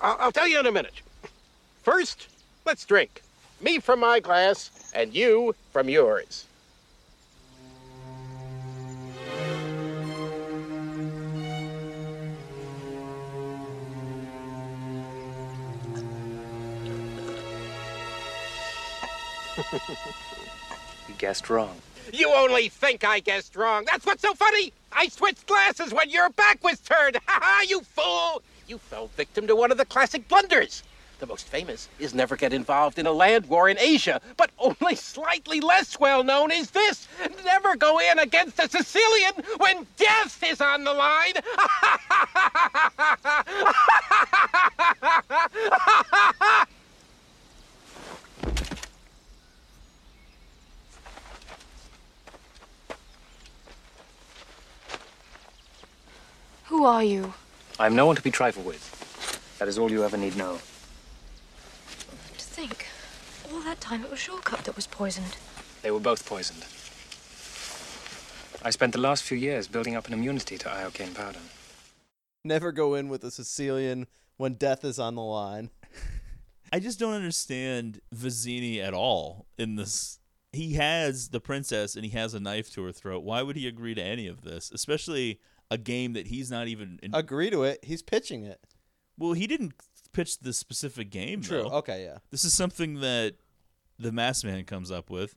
[SPEAKER 5] I'll, I'll tell you in a minute. First, let's drink. Me from my glass, and you from yours.
[SPEAKER 10] You guessed wrong.
[SPEAKER 5] You only think I guessed wrong. That's what's so funny. I switched glasses when your back was turned. Ha ha, you fool! You fell victim to one of the classic blunders. The most famous is never get involved in a land war in Asia, but only slightly less well known is this never go in against a Sicilian when death is on the line.
[SPEAKER 7] Who are you?
[SPEAKER 10] I am no one to be trifled with. That is all you ever need know.
[SPEAKER 7] To think, all that time it was Shortcup that was poisoned.
[SPEAKER 10] They were both poisoned. I spent the last few years building up an immunity to iocane powder.
[SPEAKER 3] Never go in with a Sicilian when death is on the line.
[SPEAKER 2] I just don't understand Vizzini at all in this. He has the princess and he has a knife to her throat. Why would he agree to any of this, especially a game that he's not even in-
[SPEAKER 3] agree to it? He's pitching it.
[SPEAKER 2] Well, he didn't pitch the specific game.
[SPEAKER 3] True.
[SPEAKER 2] though.
[SPEAKER 3] Okay, yeah.
[SPEAKER 2] This is something that the masked man comes up with.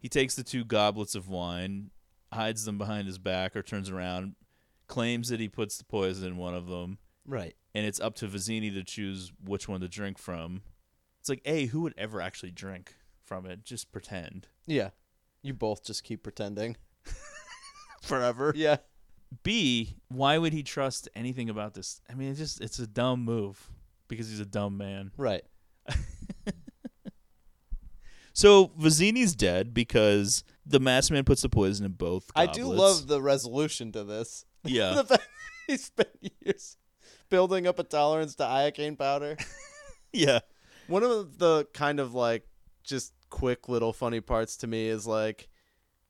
[SPEAKER 2] He takes the two goblets of wine, hides them behind his back, or turns around, claims that he puts the poison in one of them.
[SPEAKER 3] Right.
[SPEAKER 2] And it's up to Vizzini to choose which one to drink from. It's like, a who would ever actually drink from it? Just pretend.
[SPEAKER 3] Yeah. You both just keep pretending. Forever. Yeah.
[SPEAKER 2] B, why would he trust anything about this? I mean, it's just it's a dumb move because he's a dumb man.
[SPEAKER 3] Right.
[SPEAKER 2] so Vizzini's dead because the masked man puts the poison in both.
[SPEAKER 3] I do
[SPEAKER 2] goblets.
[SPEAKER 3] love the resolution to this.
[SPEAKER 2] Yeah.
[SPEAKER 3] the fact he spent years building up a tolerance to iocane powder.
[SPEAKER 2] yeah.
[SPEAKER 3] One of the kind of like just quick little funny parts to me is like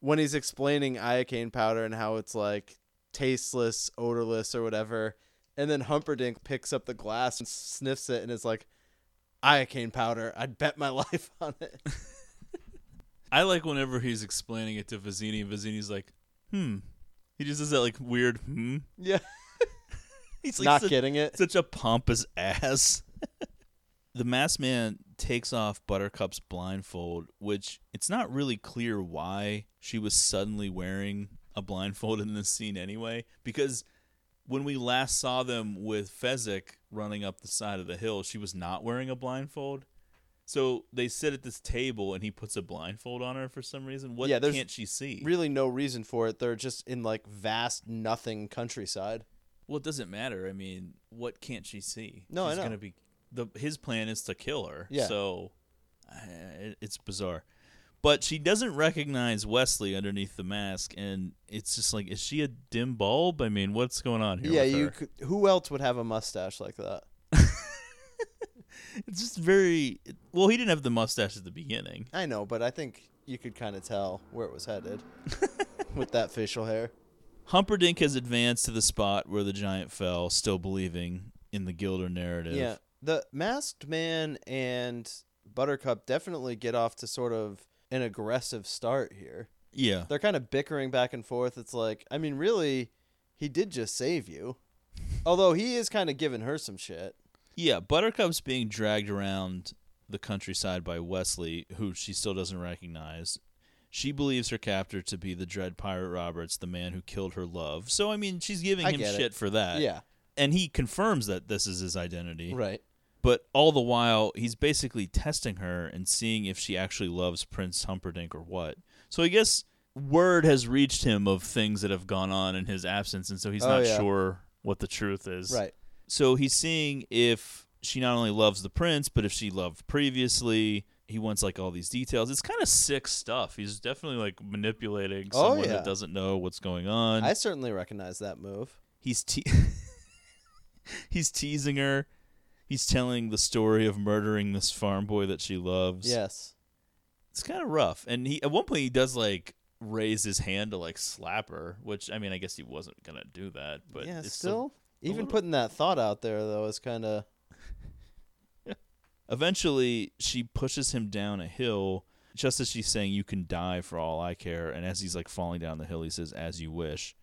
[SPEAKER 3] when he's explaining iocane powder and how it's like tasteless, odorless, or whatever. And then Humperdinck picks up the glass and sniffs it and is like, iocane powder. I'd bet my life on it.
[SPEAKER 2] I like whenever he's explaining it to Vizzini, and Vizzini's like, "Hmm." He just does that like weird "hmm."
[SPEAKER 3] Yeah.
[SPEAKER 2] he's
[SPEAKER 3] Not
[SPEAKER 2] such-
[SPEAKER 3] getting it.
[SPEAKER 2] Such a pompous ass. the masked man takes off Buttercup's blindfold, which it's not really clear why she was suddenly wearing a blindfold in this scene anyway, because when we last saw them with Fezzik running up the side of the hill, she was not wearing a blindfold. So they sit at this table and he puts a blindfold on her for some reason. What
[SPEAKER 3] there's
[SPEAKER 2] can't she see?
[SPEAKER 3] Really, no reason for it. They're just in like vast nothing countryside.
[SPEAKER 2] Well, it doesn't matter. I mean, what can't she see?
[SPEAKER 3] No, I
[SPEAKER 2] She's
[SPEAKER 3] know.
[SPEAKER 2] Gonna be the his plan is to kill her.
[SPEAKER 3] Yeah.
[SPEAKER 2] So uh, it- it's bizarre, but she doesn't recognize Wesley underneath the mask, and it's just like, is she a dim bulb? I mean, what's going on here?
[SPEAKER 3] yeah,
[SPEAKER 2] with
[SPEAKER 3] you.
[SPEAKER 2] her?
[SPEAKER 3] Could, who else would have a mustache like that?
[SPEAKER 2] It's just very well. He didn't have the mustache at the beginning.
[SPEAKER 3] I know, but I think you could kind of tell where it was headed with that facial hair.
[SPEAKER 2] Humperdinck has advanced to the spot where the giant fell, still believing in the Gilder narrative.
[SPEAKER 3] Yeah, the masked man and Buttercup definitely get off to sort of an aggressive start here.
[SPEAKER 2] Yeah.
[SPEAKER 3] they're kind of bickering back and forth. It's like, I mean, really, he did just save you, although he is kind of giving her some shit.
[SPEAKER 2] Yeah, Buttercup's being dragged around the countryside by Wesley, who she still doesn't recognize. She believes her captor to be the dread pirate Roberts, the man who killed her love. So I mean, she's giving
[SPEAKER 3] I
[SPEAKER 2] him
[SPEAKER 3] get it.
[SPEAKER 2] shit for that.
[SPEAKER 3] Yeah.
[SPEAKER 2] And he confirms that this is his identity.
[SPEAKER 3] Right.
[SPEAKER 2] But all the while, he's basically testing her and seeing if she actually loves Prince Humperdinck or what. So I guess word has reached him of things that have gone on in his absence, and so he's
[SPEAKER 3] Oh,
[SPEAKER 2] not
[SPEAKER 3] yeah.
[SPEAKER 2] sure what the truth is.
[SPEAKER 3] Right.
[SPEAKER 2] So he's seeing if she not only loves the prince, but if she loved previously. He wants like all these details. It's kind of sick stuff. He's definitely like manipulating
[SPEAKER 3] Oh,
[SPEAKER 2] someone
[SPEAKER 3] yeah.
[SPEAKER 2] that doesn't know what's going on.
[SPEAKER 3] I certainly recognize that move.
[SPEAKER 2] He's te- he's teasing her. He's telling the story of murdering this farm boy that she loves.
[SPEAKER 3] Yes.
[SPEAKER 2] It's kind of rough. And he at one point he does like raise his hand to like slap her, which I mean I guess he wasn't going to do that, but
[SPEAKER 3] yeah,
[SPEAKER 2] it's
[SPEAKER 3] still,
[SPEAKER 2] a
[SPEAKER 3] even
[SPEAKER 2] little-
[SPEAKER 3] putting that thought out there though is kind of
[SPEAKER 2] Eventually, she pushes him down a hill just as she's saying, You can die for all I care. And as he's like falling down the hill, he says, As you wish.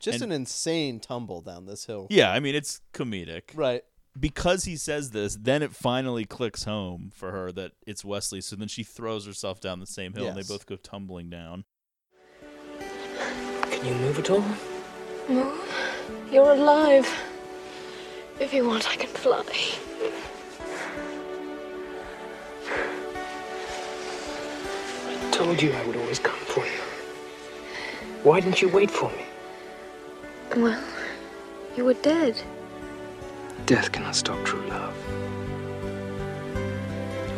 [SPEAKER 3] just
[SPEAKER 2] And-
[SPEAKER 3] an insane tumble down this hill.
[SPEAKER 2] Yeah, I mean, it's comedic.
[SPEAKER 3] Right.
[SPEAKER 2] Because he says this, then it finally clicks home for her that it's Wesley. So then she throws herself down the same hill and
[SPEAKER 3] Yes.
[SPEAKER 2] they both go tumbling down.
[SPEAKER 10] Can you move at all?
[SPEAKER 7] Move. You're alive. If you want, I can fly.
[SPEAKER 10] I told you I would always come for you. Why didn't you wait for me?
[SPEAKER 7] Well, you were dead.
[SPEAKER 10] Death cannot stop true love.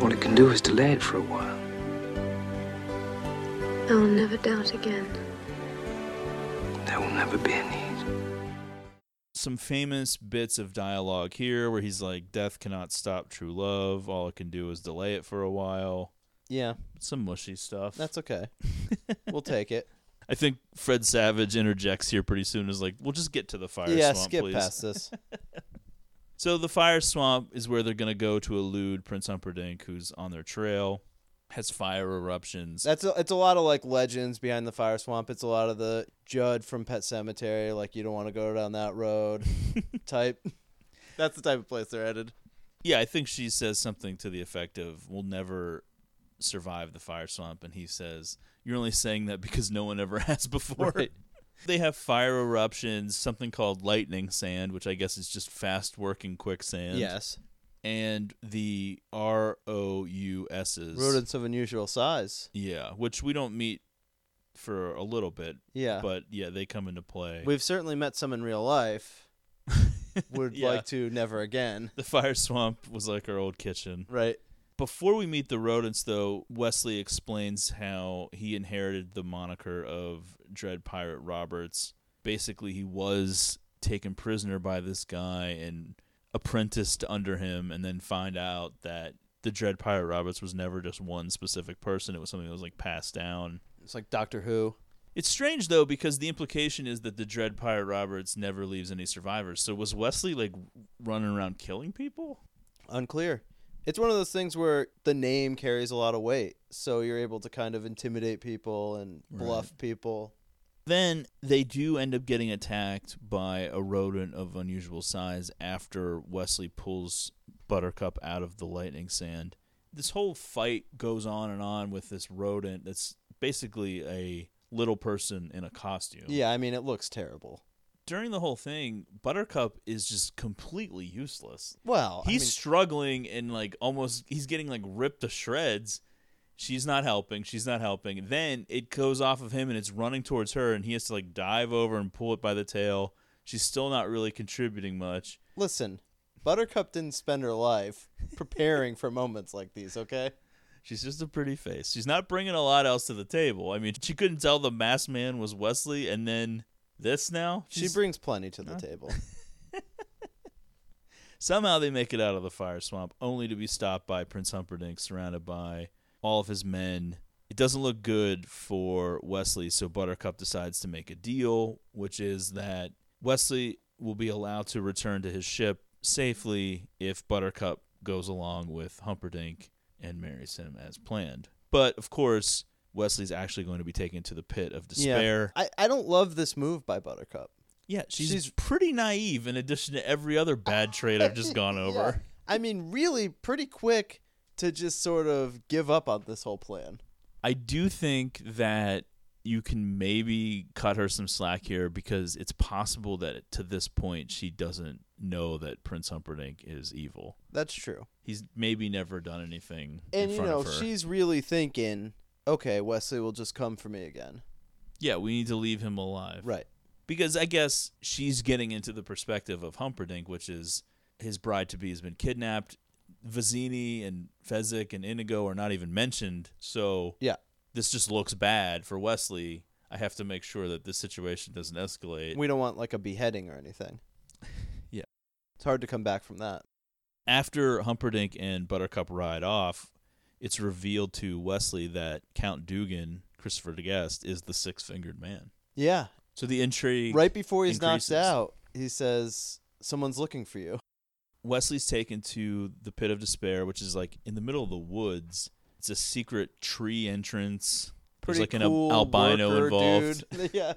[SPEAKER 10] All it can do is delay it for a while.
[SPEAKER 7] I will never doubt again.
[SPEAKER 10] There will never be a need.
[SPEAKER 2] some famous bits of dialogue here where he's like, "Death cannot stop true love. All it can do is delay it for a while."
[SPEAKER 3] Yeah,
[SPEAKER 2] some mushy stuff.
[SPEAKER 3] That's okay. we'll take it.
[SPEAKER 2] I think Fred Savage interjects here pretty soon. Is like, "We'll just get to the fire
[SPEAKER 3] yeah,
[SPEAKER 2] swamp,
[SPEAKER 3] skip
[SPEAKER 2] please."
[SPEAKER 3] past this.
[SPEAKER 2] So the fire swamp is where they're gonna go to elude Prince Humperdinck, who's on their trail. Has fire eruptions.
[SPEAKER 3] That's a, it's a lot of like legends behind the fire swamp. It's a lot of the Judd from Pet Cemetery, like you don't want to go down that road type. That's the type of place they're headed.
[SPEAKER 2] Yeah, I think she says something to the effect of, "We'll never survive the fire swamp," and he says, "You're only saying that because no one ever has before."
[SPEAKER 3] Right.
[SPEAKER 2] They have fire eruptions, something called lightning sand, which I guess is just fast working quicksand.
[SPEAKER 3] Yes.
[SPEAKER 2] And the R O U S's.
[SPEAKER 3] Rodents of unusual size.
[SPEAKER 2] Yeah, which we don't meet for a little bit.
[SPEAKER 3] Yeah.
[SPEAKER 2] But yeah, they come into play.
[SPEAKER 3] We've certainly met some in real life. Would
[SPEAKER 2] Yeah.
[SPEAKER 3] like to never again.
[SPEAKER 2] The fire swamp was like our old kitchen.
[SPEAKER 3] Right.
[SPEAKER 2] Before we meet the rodents, though, Wesley explains how he inherited the moniker of Dread Pirate Roberts. Basically, he was taken prisoner by this guy and apprenticed under him, and then find out that the Dread Pirate Roberts was never just one specific person. It was something that was like passed down.
[SPEAKER 3] It's like Doctor Who.
[SPEAKER 2] It's strange though because the implication is that the Dread Pirate Roberts never leaves any survivors. So was Wesley like running around killing people?
[SPEAKER 3] Unclear. It's one of those things where the name carries a lot of weight, so you're able to kind of intimidate people and bluff people.
[SPEAKER 2] Then they do end up getting attacked by a rodent of unusual size after Wesley pulls Buttercup out of the lightning sand. This whole fight goes on and on with this rodent that's basically a little person in a costume.
[SPEAKER 3] Yeah, I mean it looks terrible.
[SPEAKER 2] During the whole thing, Buttercup is just completely useless.
[SPEAKER 3] Well, I
[SPEAKER 2] he's
[SPEAKER 3] mean-
[SPEAKER 2] struggling and like almost he's getting like ripped to shreds. She's not helping. She's not helping. Then it goes off of him and it's running towards her, and he has to like dive over and pull it by the tail. She's still not really contributing much.
[SPEAKER 3] Listen, Buttercup didn't spend her life preparing for moments like these, okay?
[SPEAKER 2] She's just a pretty face. She's not bringing a lot else to the table. I mean, she couldn't tell the masked man was Wesley, and then this now.
[SPEAKER 3] She
[SPEAKER 2] She's-
[SPEAKER 3] brings plenty to the
[SPEAKER 2] Huh?
[SPEAKER 3] table.
[SPEAKER 2] Somehow they make it out of the fire swamp, only to be stopped by Prince Humperdinck, surrounded by all of his men. It doesn't look good for Wesley, so Buttercup decides to make a deal, which is that Wesley will be allowed to return to his ship safely if Buttercup goes along with Humperdinck and marries him as planned. But of course, Wesley's actually going to be taken to the pit of despair.
[SPEAKER 3] Yeah. I, I don't love this move by Buttercup.
[SPEAKER 2] Yeah, she's,
[SPEAKER 3] She's-
[SPEAKER 2] pretty naive in addition to every other bad trait I've just gone over.
[SPEAKER 3] Yeah. I mean, really pretty quick to just sort of give up on this whole plan.
[SPEAKER 2] I do think that you can maybe cut her some slack here because it's possible that to this point she doesn't know that Prince Humperdinck is evil.
[SPEAKER 3] That's true.
[SPEAKER 2] He's maybe never done anything
[SPEAKER 3] And
[SPEAKER 2] in
[SPEAKER 3] you
[SPEAKER 2] front
[SPEAKER 3] know,
[SPEAKER 2] of her.
[SPEAKER 3] she's really thinking, okay, Wesley will just come for me again.
[SPEAKER 2] yeah, we need to leave him alive.
[SPEAKER 3] Right.
[SPEAKER 2] Because I guess she's getting into the perspective of Humperdinck, which is his bride to be has been kidnapped. Vizini and Fezzik and Inigo are not even mentioned. So
[SPEAKER 3] Yeah.
[SPEAKER 2] this just looks bad for Wesley. I have to make sure that this situation doesn't escalate.
[SPEAKER 3] We don't want like a beheading or anything.
[SPEAKER 2] Yeah.
[SPEAKER 3] It's hard to come back from that.
[SPEAKER 2] after Humperdinck and Buttercup ride off, it's revealed to Wesley that Count Dugan, Christopher de Guest, is the six fingered man.
[SPEAKER 3] Yeah.
[SPEAKER 2] So the intrigue
[SPEAKER 3] Right before he's
[SPEAKER 2] increases.
[SPEAKER 3] knocked out, he says, Someone's looking for you.
[SPEAKER 2] Wesley's taken to the pit of despair, which is like in the middle of the woods. It's a secret tree entrance.
[SPEAKER 3] Pretty
[SPEAKER 2] There's like
[SPEAKER 3] cool
[SPEAKER 2] an al- albino
[SPEAKER 3] worker,
[SPEAKER 2] involved.
[SPEAKER 3] dude. yeah.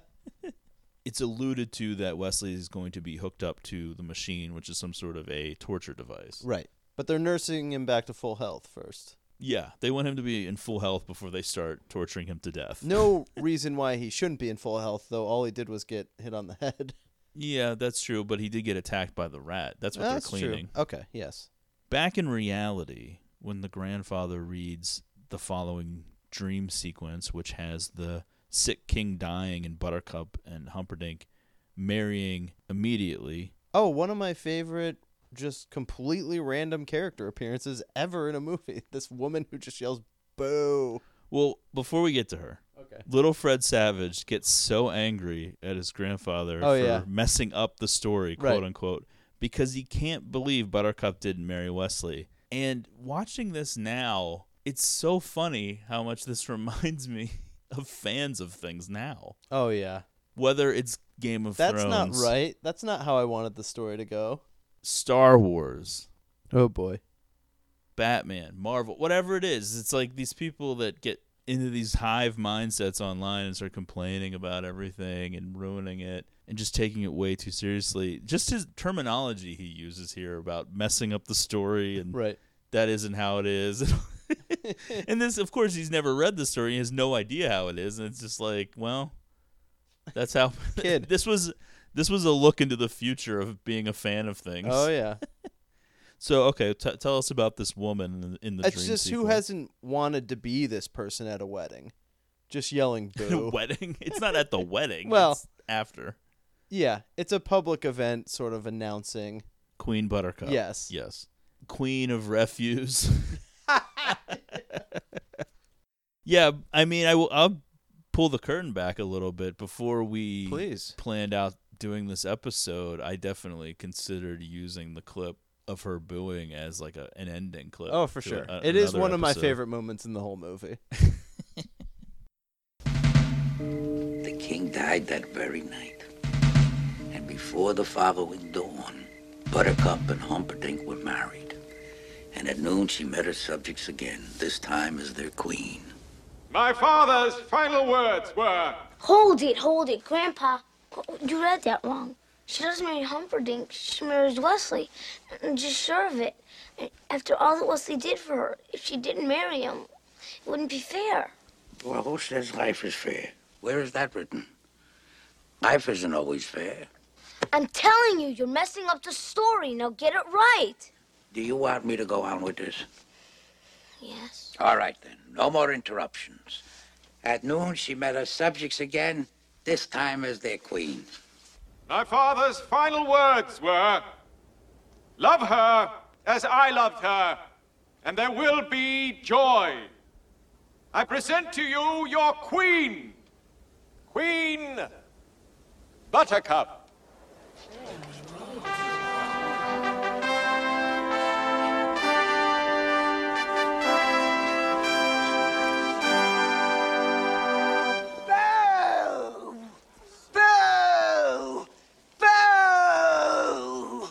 [SPEAKER 2] It's alluded to that Wesley is going to be hooked up to the machine, which is some sort of a torture device.
[SPEAKER 3] Right. But they're nursing him back to full health first.
[SPEAKER 2] Yeah, they want him to be in full health before they start torturing him to death.
[SPEAKER 3] No reason why he shouldn't be in full health, though. All he did was get hit on the head.
[SPEAKER 2] Yeah, that's true, but he did get attacked by the rat. That's what
[SPEAKER 3] That's true.
[SPEAKER 2] they're cleaning.
[SPEAKER 3] Okay, yes.
[SPEAKER 2] Back in reality, when the grandfather reads the following dream sequence, which has the sick king dying and Buttercup and Humperdinck marrying immediately,
[SPEAKER 3] Oh, one of my favorite, just completely random character appearances ever in a movie. This woman who just yells, boo.
[SPEAKER 2] Well, before we get to her, okay.
[SPEAKER 3] okay.
[SPEAKER 2] Little Fred Savage gets so angry at his grandfather
[SPEAKER 3] Oh,
[SPEAKER 2] for
[SPEAKER 3] yeah.
[SPEAKER 2] messing up the story,
[SPEAKER 3] Right.
[SPEAKER 2] quote unquote, because he can't believe Buttercup didn't marry Wesley. And watching this now, it's so funny how much this reminds me of fans of things now.
[SPEAKER 3] Oh yeah.
[SPEAKER 2] Whether it's Game of
[SPEAKER 3] That's not
[SPEAKER 2] Thrones,
[SPEAKER 3] right. That's not how I wanted the story to go.
[SPEAKER 2] Star Wars,
[SPEAKER 3] Oh boy.
[SPEAKER 2] Batman, Marvel, whatever it is. It's like these people that get into these hive mindsets online and start complaining about everything and ruining it and just taking it way too seriously. Just his terminology he uses here about messing up the story and
[SPEAKER 3] Right.
[SPEAKER 2] that isn't how it is. and this, of course, he's never read the story. He has no idea how it is, and it's just like, well, that's how. Kid, this was this was a look into the future of being a fan of things.
[SPEAKER 3] Oh yeah.
[SPEAKER 2] So okay, t- tell us about this woman in the, in the
[SPEAKER 3] It's
[SPEAKER 2] dream
[SPEAKER 3] just who
[SPEAKER 2] sequence.
[SPEAKER 3] hasn't wanted to be this person at a wedding, just yelling
[SPEAKER 2] At a
[SPEAKER 3] boo.
[SPEAKER 2] wedding. It's not at the wedding.
[SPEAKER 3] Well-
[SPEAKER 2] it's after
[SPEAKER 3] yeah, it's a public event, sort of announcing.
[SPEAKER 2] Queen Buttercup.
[SPEAKER 3] Yes.
[SPEAKER 2] Yes. Queen of Refuse. yeah, I mean, I will. I'll pull the curtain back a little bit before we
[SPEAKER 3] Please.
[SPEAKER 2] planned out doing this episode. I definitely considered using the clip of her booing as like a, an ending clip.
[SPEAKER 3] Oh, for
[SPEAKER 2] to
[SPEAKER 3] sure.
[SPEAKER 2] a-
[SPEAKER 3] it is
[SPEAKER 2] another
[SPEAKER 3] one of my
[SPEAKER 2] episode.
[SPEAKER 3] favorite moments in the whole movie.
[SPEAKER 11] The king died that very night. And before the following dawn, Buttercup and Humperdinck were married. And at noon she met her subjects again, this time as their queen.
[SPEAKER 12] My father's final words were
[SPEAKER 13] Hold it, hold it, Grandpa. You read that wrong. She doesn't marry Humperdinck. She marries Wesley. And Just sure of it. After all that Wesley did for her, if she didn't marry him, it wouldn't be fair.
[SPEAKER 11] Well, who says life is fair? Where is that written? Life isn't always fair.
[SPEAKER 13] I'm telling you, you're messing up the story. Now get it right.
[SPEAKER 11] Do you want me to go on with this?
[SPEAKER 13] Yes.
[SPEAKER 11] All right, then. No more interruptions. At noon, she met her subjects again, this time as their queen.
[SPEAKER 12] My father's final words were Love her as I loved her, and there will be joy. I present to you your queen, Queen Buttercup.
[SPEAKER 14] Boo! Boo! Boo!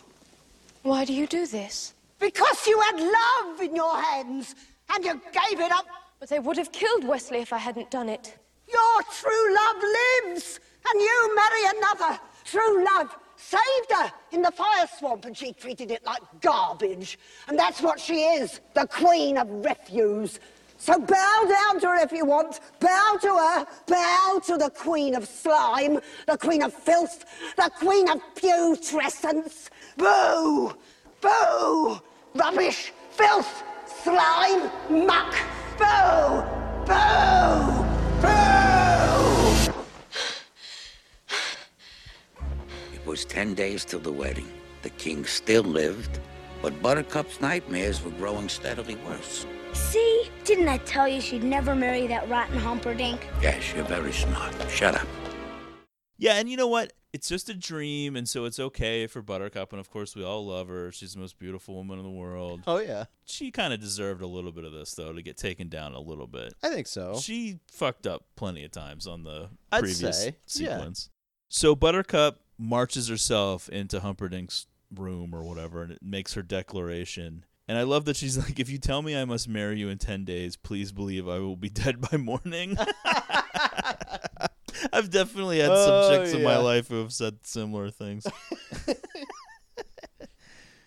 [SPEAKER 7] Why do you do this?
[SPEAKER 14] Because you had love in your hands and you gave it up.
[SPEAKER 7] But they would have killed Wesley if I hadn't done it.
[SPEAKER 14] Your true love lives and you marry another. True love saved her in the fire swamp and she treated it like garbage. And that's what she is, the queen of refuse. So bow down to her if you want. Bow to her. Bow to the queen of slime, the queen of filth, the queen of putrescence. Boo! Boo! Rubbish, filth, slime, muck. Boo! Boo!
[SPEAKER 11] It was 10 days till the wedding. The king still lived, but Buttercup's nightmares were growing steadily worse.
[SPEAKER 13] See? Didn't I tell you she'd never marry that rotten Humperdinck?
[SPEAKER 11] Yes, you're very smart. Shut up.
[SPEAKER 2] Yeah, and you know what? It's just a dream, and so it's okay for Buttercup. And of course, we all love her. She's the most beautiful woman in the world.
[SPEAKER 3] Oh, yeah.
[SPEAKER 2] She kind of deserved a little bit of this, though, to get taken down a little bit.
[SPEAKER 3] I think so.
[SPEAKER 2] She fucked up plenty of times on the
[SPEAKER 3] Oh. I'd
[SPEAKER 2] previous
[SPEAKER 3] say, yeah.
[SPEAKER 2] sequence. So Buttercup marches herself into Humperdinck's room or whatever, and it makes her declaration. And I love that she's like, "If you tell me I must marry you in ten days, please believe I will be dead by morning." I've definitely had
[SPEAKER 3] Oh,
[SPEAKER 2] some chicks in my
[SPEAKER 3] yeah.
[SPEAKER 2] life who have said similar things.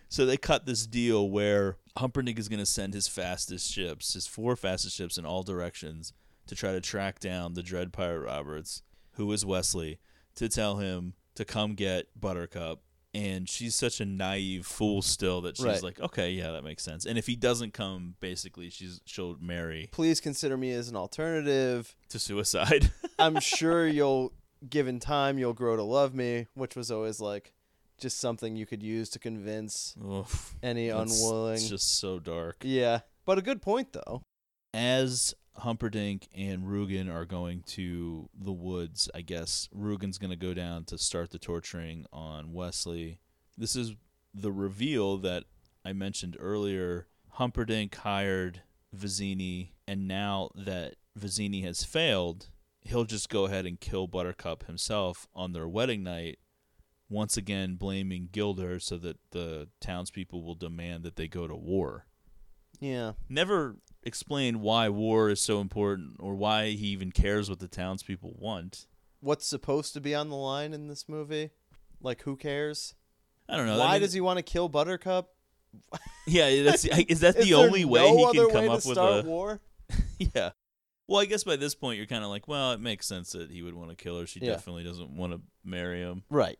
[SPEAKER 2] so they cut this deal where Humperdinck is going to send his fastest ships, his four fastest ships in all directions to try to track down the Dread Pirate Roberts, who is Wesley, to tell him to come get Buttercup. And she's such a naive fool still that she's
[SPEAKER 3] Right.
[SPEAKER 2] like, okay, yeah, that makes sense. And if he doesn't come, basically, she's she'll marry
[SPEAKER 3] Please consider me as an alternative.
[SPEAKER 2] to suicide.
[SPEAKER 3] I'm sure you'll, given time, you'll grow to love me, which was always like just something you could use to convince any
[SPEAKER 2] That's-
[SPEAKER 3] unwilling.
[SPEAKER 2] It's just so dark.
[SPEAKER 3] Yeah, but a good point though.
[SPEAKER 2] As Humperdinck and Rugen are going to the woods. I guess Rugen's going to go down to start the torturing on Wesley. This is the reveal that I mentioned earlier. Humperdinck hired Vizzini, and now that Vizzini has failed, he'll just go ahead and kill Buttercup himself on their wedding night, once again blaming Gilder so that the townspeople will demand that they go to war.
[SPEAKER 3] Yeah.
[SPEAKER 2] Never explained why war is so important or why he even cares what the townspeople want.
[SPEAKER 3] What's supposed to be on the line in this movie? Like, who cares?
[SPEAKER 2] I don't know.
[SPEAKER 3] Why
[SPEAKER 2] I mean-
[SPEAKER 3] does he want to kill Buttercup?
[SPEAKER 2] Yeah, that's is that the
[SPEAKER 3] there
[SPEAKER 2] only way
[SPEAKER 3] no
[SPEAKER 2] he can
[SPEAKER 3] other
[SPEAKER 2] come
[SPEAKER 3] way to
[SPEAKER 2] up with
[SPEAKER 3] start
[SPEAKER 2] a
[SPEAKER 3] war?
[SPEAKER 2] yeah. Well, I guess by this point you're kind of like, well, it makes sense that he would want to kill her. She
[SPEAKER 3] Yeah.
[SPEAKER 2] definitely doesn't want to marry him,
[SPEAKER 3] Right.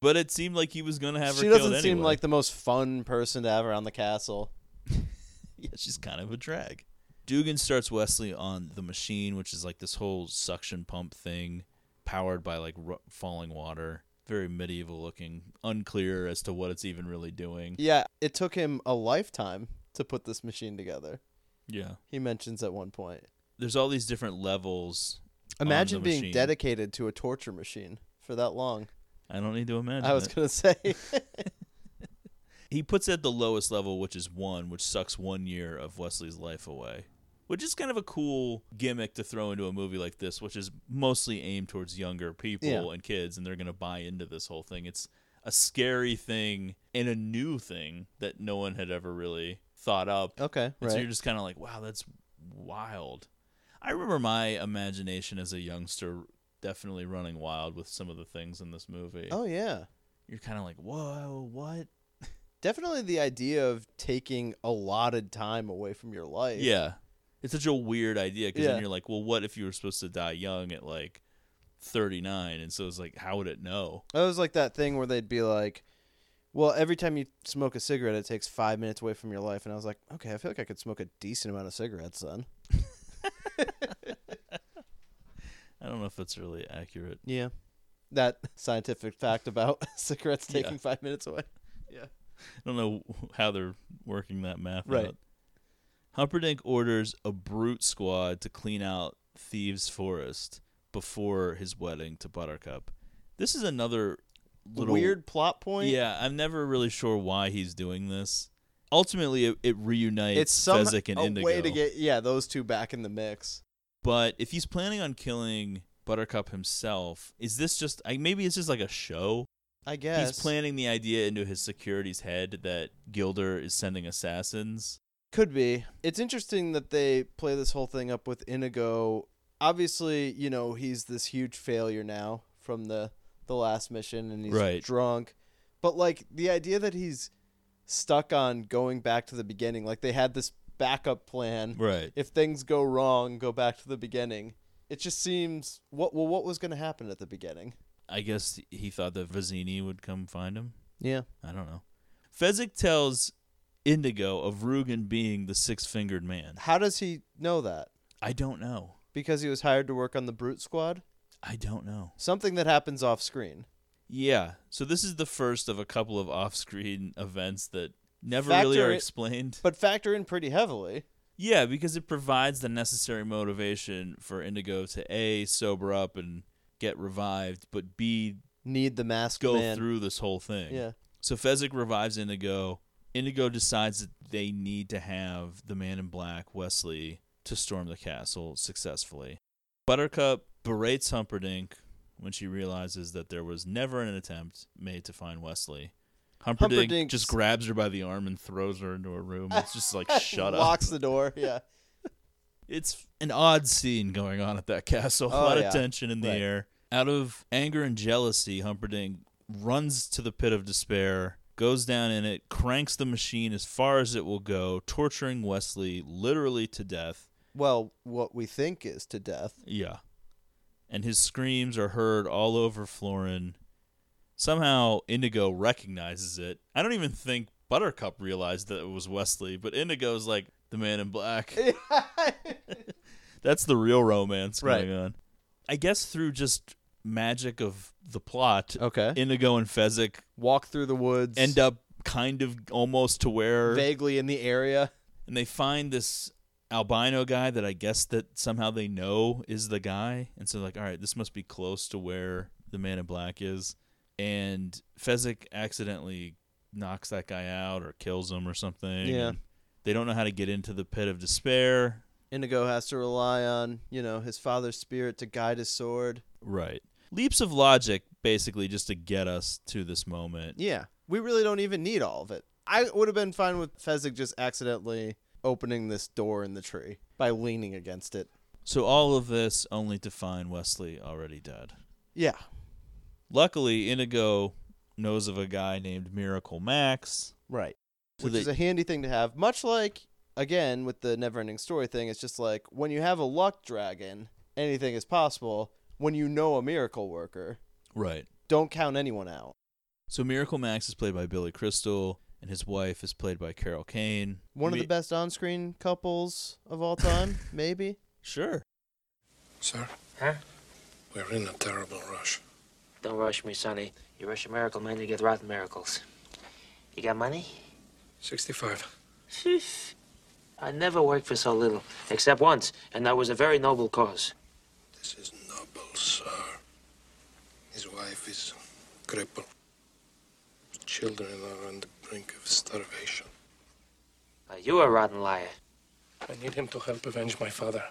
[SPEAKER 2] but it seemed like he was going to have her
[SPEAKER 3] she
[SPEAKER 2] killed
[SPEAKER 3] doesn't
[SPEAKER 2] anyway.
[SPEAKER 3] seem like the most fun person to have around the castle.
[SPEAKER 2] yeah, she's kind of a drag. Dugan starts Wesley on the machine, which is like this whole suction pump thing powered by like ru- falling water. Very medieval looking, unclear as to what it's even really doing.
[SPEAKER 3] Yeah, it took him a lifetime to put this machine together.
[SPEAKER 2] Yeah.
[SPEAKER 3] He mentions at one point.
[SPEAKER 2] There's all these different levels. on the
[SPEAKER 3] Imagine being
[SPEAKER 2] machine.
[SPEAKER 3] dedicated to a torture machine for that long.
[SPEAKER 2] I don't need to imagine.
[SPEAKER 3] I was
[SPEAKER 2] it.
[SPEAKER 3] going to say.
[SPEAKER 2] he puts it at the lowest level, which is one, which sucks one year of Wesley's life away, which is kind of a cool gimmick to throw into a movie like this, which is mostly aimed towards younger people
[SPEAKER 3] Yeah.
[SPEAKER 2] and kids, and they're going to buy into this whole thing. It's a scary thing and a new thing that no one had ever really thought up.
[SPEAKER 3] Okay,
[SPEAKER 2] And So
[SPEAKER 3] right.
[SPEAKER 2] you're just kind of like, wow, that's wild. I remember my imagination as a youngster definitely running wild with some of the things in this movie.
[SPEAKER 3] oh, yeah.
[SPEAKER 2] You're kind of like, whoa, what?
[SPEAKER 3] Definitely the idea of taking allotted time away from your life.
[SPEAKER 2] Yeah. It's such a weird idea because
[SPEAKER 3] Yeah.
[SPEAKER 2] then you're like, well, what if you were supposed to die young at like 39? And so it's like, how would it know?
[SPEAKER 3] It was like that thing where they'd be like, well, every time you smoke a cigarette, it takes five minutes away from your life. And I was like, okay, I feel like I could smoke a decent amount of cigarettes then.
[SPEAKER 2] I don't know if that's really accurate.
[SPEAKER 3] Yeah. That scientific fact about cigarettes
[SPEAKER 2] Yeah.
[SPEAKER 3] taking five minutes away. Yeah.
[SPEAKER 2] I don't know how they're working that math
[SPEAKER 3] Right.
[SPEAKER 2] out. Humperdinck orders a brute squad to clean out Thieves Forest before his wedding to Buttercup. This is another little
[SPEAKER 3] Weird plot point.
[SPEAKER 2] Yeah, I'm never really sure why he's doing this. Ultimately, it, it reunites
[SPEAKER 3] It's some
[SPEAKER 2] Fezzik and
[SPEAKER 3] a
[SPEAKER 2] Indigo.
[SPEAKER 3] way to get yeah those two back in the mix.
[SPEAKER 2] But if he's planning on killing Buttercup himself, is this just I, maybe it's just like a show?
[SPEAKER 3] I guess.
[SPEAKER 2] he's planning the idea into his security's head that Gilder is sending assassins.
[SPEAKER 3] Could be. It's interesting that they play this whole thing up with Inigo. Obviously, you know, he's this huge failure now from the the last mission and he's
[SPEAKER 2] Right.
[SPEAKER 3] drunk. But like the idea that he's stuck on going back to the beginning, like they had this backup plan.
[SPEAKER 2] Right.
[SPEAKER 3] If things go wrong, go back to the beginning. It just seems what well what was going to happen at the beginning?
[SPEAKER 2] I guess he thought that Vizzini would come find him.
[SPEAKER 3] Yeah.
[SPEAKER 2] I don't know. Fezzik tells Indigo of Rugen being the six fingered man.
[SPEAKER 3] How does he know that?
[SPEAKER 2] I don't know.
[SPEAKER 3] Because he was hired to work on the brute squad?
[SPEAKER 2] I don't know.
[SPEAKER 3] Something that happens off screen.
[SPEAKER 2] Yeah. So this is the first of a couple of off screen events that never really
[SPEAKER 3] Factor
[SPEAKER 2] are
[SPEAKER 3] it-
[SPEAKER 2] explained.
[SPEAKER 3] But factor in pretty heavily.
[SPEAKER 2] Yeah, because it provides the necessary motivation for Indigo to A, sober up and get revived, but B,
[SPEAKER 3] Need the mask
[SPEAKER 2] go
[SPEAKER 3] man.
[SPEAKER 2] through this whole thing.
[SPEAKER 3] Yeah.
[SPEAKER 2] So Fezzik revives Indigo. Indigo decides that they need to have the man in black, Wesley, to storm the castle successfully. Buttercup berates Humperdinck when she realizes that there was never an attempt made to find Wesley. Humperdinck
[SPEAKER 3] Humperdinck's-
[SPEAKER 2] just grabs her by the arm and throws her into a room. It's just like, shut up.
[SPEAKER 3] Locks the door. Yeah.
[SPEAKER 2] It's an odd scene going on at that castle. a
[SPEAKER 3] Oh,
[SPEAKER 2] lot
[SPEAKER 3] yeah.
[SPEAKER 2] of tension in the
[SPEAKER 3] Right.
[SPEAKER 2] air. Out of anger and jealousy, Humperdinck runs to the pit of despair, goes down in it, cranks the machine as far as it will go, torturing Wesley literally to death.
[SPEAKER 3] Well, what we think is to death.
[SPEAKER 2] Yeah. And his screams are heard all over Florin. Somehow Indigo recognizes it. I don't even think Buttercup realized that it was Wesley, but Indigo's like the man in black. That's the real romance going on. I guess through just magic of the plot,
[SPEAKER 3] okay.
[SPEAKER 2] Indigo and Fezzik
[SPEAKER 3] walk through the woods,
[SPEAKER 2] end up kind of almost to where
[SPEAKER 3] Vaguely in the area.
[SPEAKER 2] and they find this albino guy that I guess that somehow they know is the guy, and so like, all right, this must be close to where the Man in Black is, and Fezzik accidentally knocks that guy out or kills him or something.
[SPEAKER 3] Yeah.
[SPEAKER 2] and they don't know how to get into the pit of despair.
[SPEAKER 3] Indigo has to rely on, you know, his father's spirit to guide his sword.
[SPEAKER 2] Right. Leaps of logic, basically, just to get us to this moment.
[SPEAKER 3] Yeah. We really don't even need all of it. I would have been fine with Fezzik just accidentally opening this door in the tree by leaning against it.
[SPEAKER 2] So all of this only to find Wesley already dead.
[SPEAKER 3] Yeah.
[SPEAKER 2] Luckily, Indigo knows of a guy named Miracle Max.
[SPEAKER 3] Right.
[SPEAKER 2] So
[SPEAKER 3] Which
[SPEAKER 2] they-
[SPEAKER 3] is a handy thing to have. Much like, again, with the never ending story thing, it's just like when you have a luck dragon, anything is possible. When you know a miracle worker,
[SPEAKER 2] Right.
[SPEAKER 3] don't count anyone out.
[SPEAKER 2] So Miracle Max is played by Billy Crystal, and his wife is played by Carol Kane.
[SPEAKER 3] One of
[SPEAKER 2] Me-
[SPEAKER 3] the best on screen couples of all time, maybe.
[SPEAKER 2] Sure.
[SPEAKER 4] Sir?
[SPEAKER 15] Huh?
[SPEAKER 4] We're in a terrible rush.
[SPEAKER 15] Don't rush me, Sonny. You rush a miracle, man, you get rotten miracles. You got money?
[SPEAKER 4] 65.
[SPEAKER 15] Sheesh. I never worked for so little, except once, and that was a very noble cause.
[SPEAKER 4] This is noble, sir. His wife is crippled. Children are on the brink of starvation.
[SPEAKER 15] Uh, you a rotten liar.
[SPEAKER 4] I need him to help avenge my father.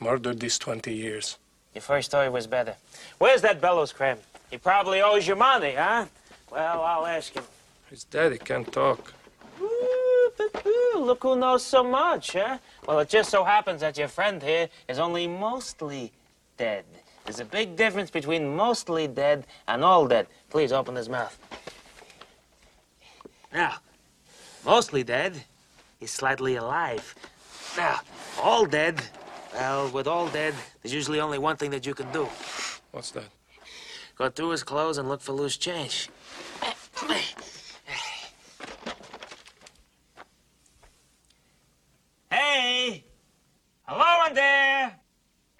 [SPEAKER 4] Murdered these 20 years.
[SPEAKER 15] Your first story was better. Where's that bellows crab? He probably owes you money, huh? Well, I'll ask him.
[SPEAKER 4] His daddy can't talk.
[SPEAKER 15] Ooh, poo-poo, Look who knows so much, huh? Well, it just so happens that your friend here is only mostly dead. There's a big difference between mostly dead and all dead. Please open his mouth. Now, mostly dead is slightly alive. Now, all dead, well, with all dead, there's usually only one thing that you can do
[SPEAKER 4] What's that?
[SPEAKER 15] go through his clothes and look for loose change. Hey! Hello in there!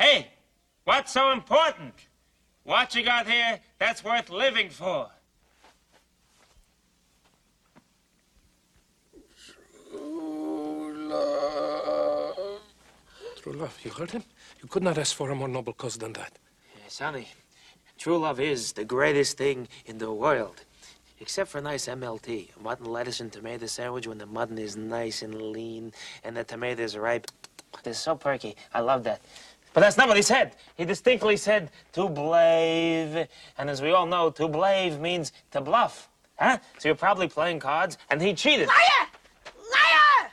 [SPEAKER 15] Hey, what's so important? What you got here that's worth living for?
[SPEAKER 4] True love. You heard him? You could not ask for a more noble cause than that.
[SPEAKER 15] Yeah, Sonny, true love is the greatest thing in the world. Except for a nice MLT, a mutton, lettuce, and tomato sandwich when the mutton is nice and lean and the tomatoes are ripe. They're so perky. I love that. But that's not what he said. He distinctly said to blave. And as we all know, to blave means to bluff. Huh? So you're probably playing cards and he cheated.
[SPEAKER 14] Liar! Liar!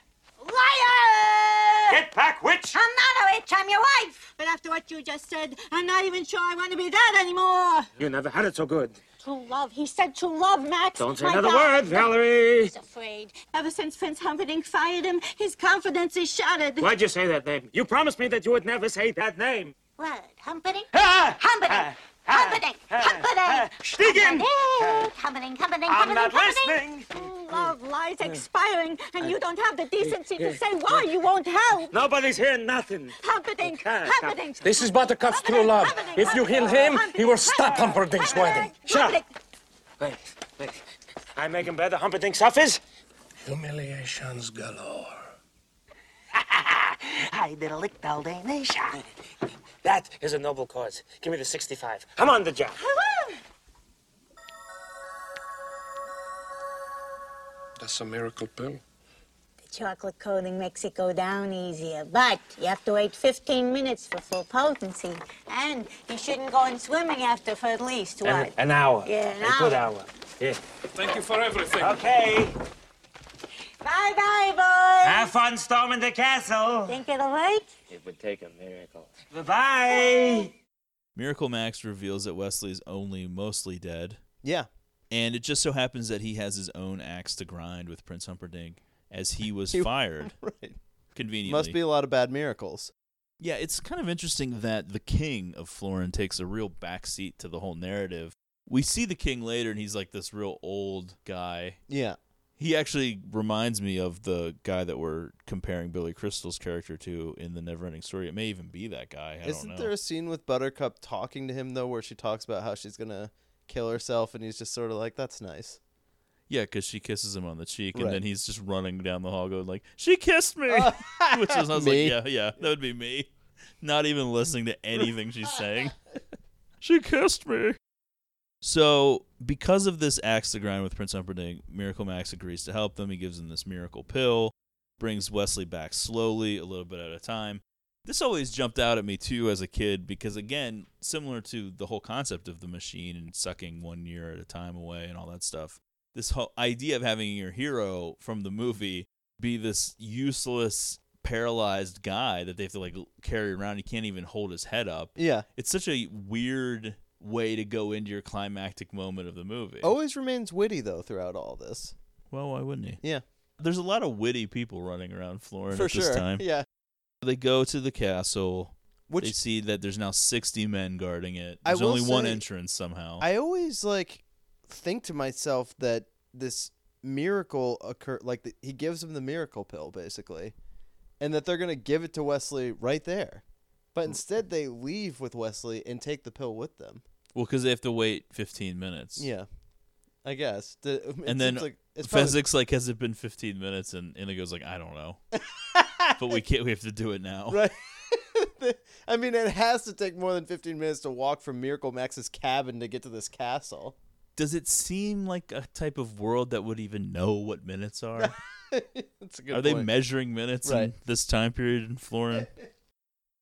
[SPEAKER 14] Liar!
[SPEAKER 15] Get back, witch!
[SPEAKER 14] I'm not a witch, I'm your wife! But after what you just said, I'm not even sure I want to be that anymore!
[SPEAKER 15] You never had it so good.
[SPEAKER 14] True love. He said true love, Max.
[SPEAKER 15] Don't say
[SPEAKER 14] My
[SPEAKER 15] another
[SPEAKER 14] God.
[SPEAKER 15] word, Valerie.
[SPEAKER 14] He's afraid. Ever since Prince Humperdinck fired him, his confidence is shattered.
[SPEAKER 15] Why'd you say that name? You promised me that you would never say that name.
[SPEAKER 14] What? Humperdinck?
[SPEAKER 15] Ah!
[SPEAKER 14] Humperdinck! Humperdinck! Humperdinck!
[SPEAKER 15] Stiegen!
[SPEAKER 14] Humperdinck! Humperdinck! Humperdinck!
[SPEAKER 15] I'm not
[SPEAKER 14] Humperdinck! True love lies expiring, and you don't have the decency to say why you won't help.
[SPEAKER 15] Nobody's hearing nothing.
[SPEAKER 14] Humperdinck!
[SPEAKER 15] Okay,
[SPEAKER 14] Humperdinck!
[SPEAKER 4] This is Buttercup's true love. If you heal him, he will stop Humperdinck's wedding.
[SPEAKER 15] Shut up. Wait, wait. I make him better. Humperdinck suffers.
[SPEAKER 4] Humiliations galore.
[SPEAKER 15] I did a lick nation. That is a noble cause. Give me the 65. I'm on the job.
[SPEAKER 4] That's a miracle pill.
[SPEAKER 16] The chocolate coating makes it go down easier, but you have to wait 15 minutes for full potency. And you shouldn't go in swimming after for at least what?
[SPEAKER 15] An, an hour.
[SPEAKER 16] Yeah, an
[SPEAKER 15] a good
[SPEAKER 16] hour.
[SPEAKER 15] hour. Yeah.
[SPEAKER 4] Thank you for everything.
[SPEAKER 15] Okay.
[SPEAKER 16] Bye bye, boys.
[SPEAKER 15] Have fun storming the castle.
[SPEAKER 16] Think it'll work?
[SPEAKER 15] It would take a miracle. Bye-bye.
[SPEAKER 2] Miracle Max reveals that Wesley's only mostly dead.
[SPEAKER 3] Yeah.
[SPEAKER 2] And it just so happens that he has his own axe to grind with Prince Humperdinck as he was
[SPEAKER 3] He-
[SPEAKER 2] fired.
[SPEAKER 3] right.
[SPEAKER 2] Conveniently.
[SPEAKER 3] Must be a lot of bad miracles.
[SPEAKER 2] Yeah, it's kind of interesting that the king of Florin takes a real backseat to the whole narrative. We see the king later, and he's like this real old guy.
[SPEAKER 3] Yeah.
[SPEAKER 2] He actually reminds me of the guy that we're comparing Billy Crystal's character to in the Neverending Story. It may even be that guy. I
[SPEAKER 3] Isn't
[SPEAKER 2] don't know.
[SPEAKER 3] there a scene with Buttercup talking to him though, where she talks about how she's gonna kill herself, and he's just sort of like, "That's nice."
[SPEAKER 2] Yeah, because she kisses him on the cheek, and
[SPEAKER 3] Right.
[SPEAKER 2] then he's just running down the hall going like, "She kissed me," which is I was
[SPEAKER 3] Me.
[SPEAKER 2] like, "Yeah, yeah, that would be me." Not even listening to anything she's saying. she kissed me. So, because of this axe to grind with Prince Humperdinck, Miracle Max agrees to help them. He gives them this miracle pill, brings Wesley back slowly, a little bit at a time. This always jumped out at me too as a kid because, again, similar to the whole concept of the machine and sucking one year at a time away and all that stuff, this whole idea of having your hero from the movie be this useless, paralyzed guy that they have to like carry around. He can't even hold his head up.
[SPEAKER 3] Yeah.
[SPEAKER 2] It's such a weird way to go into your climactic moment of the movie.
[SPEAKER 3] Always remains witty though throughout all this.
[SPEAKER 2] Well, why wouldn't he?
[SPEAKER 3] Yeah.
[SPEAKER 2] There's a lot of witty people running around Florida
[SPEAKER 3] For
[SPEAKER 2] at this
[SPEAKER 3] sure,
[SPEAKER 2] time.
[SPEAKER 3] yeah.
[SPEAKER 2] They go to the castle.
[SPEAKER 3] Which-
[SPEAKER 2] they see that there's now 60 men guarding it.
[SPEAKER 3] I
[SPEAKER 2] There's
[SPEAKER 3] will
[SPEAKER 2] only one
[SPEAKER 3] say-
[SPEAKER 2] entrance somehow.
[SPEAKER 3] I always like think to myself that this miracle occur like the, he gives him the miracle pill basically, and that they're gonna give it to Wesley right there,
[SPEAKER 2] Mm.
[SPEAKER 3] but instead they leave with Wesley and take the pill with them.
[SPEAKER 2] well, because they have to wait 15 minutes.
[SPEAKER 3] Yeah, I guess. The, it seems
[SPEAKER 2] and then
[SPEAKER 3] like it's probably-
[SPEAKER 2] Fezzik's like, has it been 15 minutes? And Inigo's like, I don't know. but we can't. We have to do it now.
[SPEAKER 3] Right. I mean, it has to take more than 15 minutes to walk from Miracle Max's cabin to get to this castle.
[SPEAKER 2] Does it seem like a type of world that would even know what minutes are?
[SPEAKER 3] That's a good
[SPEAKER 2] Are they
[SPEAKER 3] point.
[SPEAKER 2] measuring minutes in
[SPEAKER 3] Right.
[SPEAKER 2] this time period in Florin?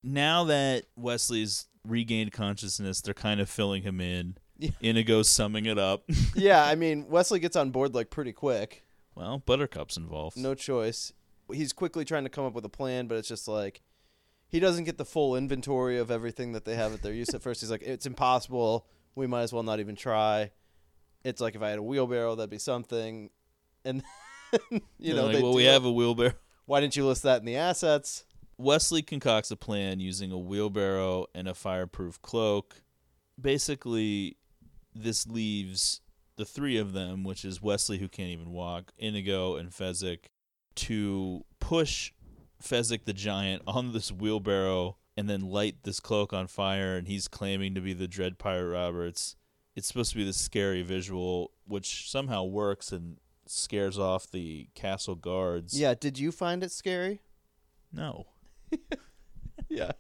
[SPEAKER 2] now that Wesley's regained consciousness, they're kind of filling him in. Inigo's summing it up.
[SPEAKER 3] yeah, I mean, Wesley gets on board like pretty quick.
[SPEAKER 2] Well, Buttercup's involved.
[SPEAKER 3] No choice. He's quickly trying to come up with a plan, but it's just like he doesn't get the full inventory of everything that they have at their use at first. He's like, it's impossible. We might as well not even try. It's like if I had a wheelbarrow, that'd be something. And you
[SPEAKER 2] They're
[SPEAKER 3] know,
[SPEAKER 2] like,
[SPEAKER 3] they
[SPEAKER 2] well,
[SPEAKER 3] do
[SPEAKER 2] we
[SPEAKER 3] it.
[SPEAKER 2] have a wheelbarrow.
[SPEAKER 3] Why didn't you list that in the assets?
[SPEAKER 2] Wesley concocts a plan using a wheelbarrow and a fireproof cloak. Basically, this leaves the three of them, which is Wesley, who can't even walk, Inigo, and Fezzik, to push Fezzik the giant on this wheelbarrow and then light this cloak on fire. And he's claiming to be the Dread Pirate Roberts. It's supposed to be this scary visual, which somehow works and scares off the castle guards.
[SPEAKER 3] Yeah. Did you find it scary?
[SPEAKER 2] No.
[SPEAKER 3] yeah.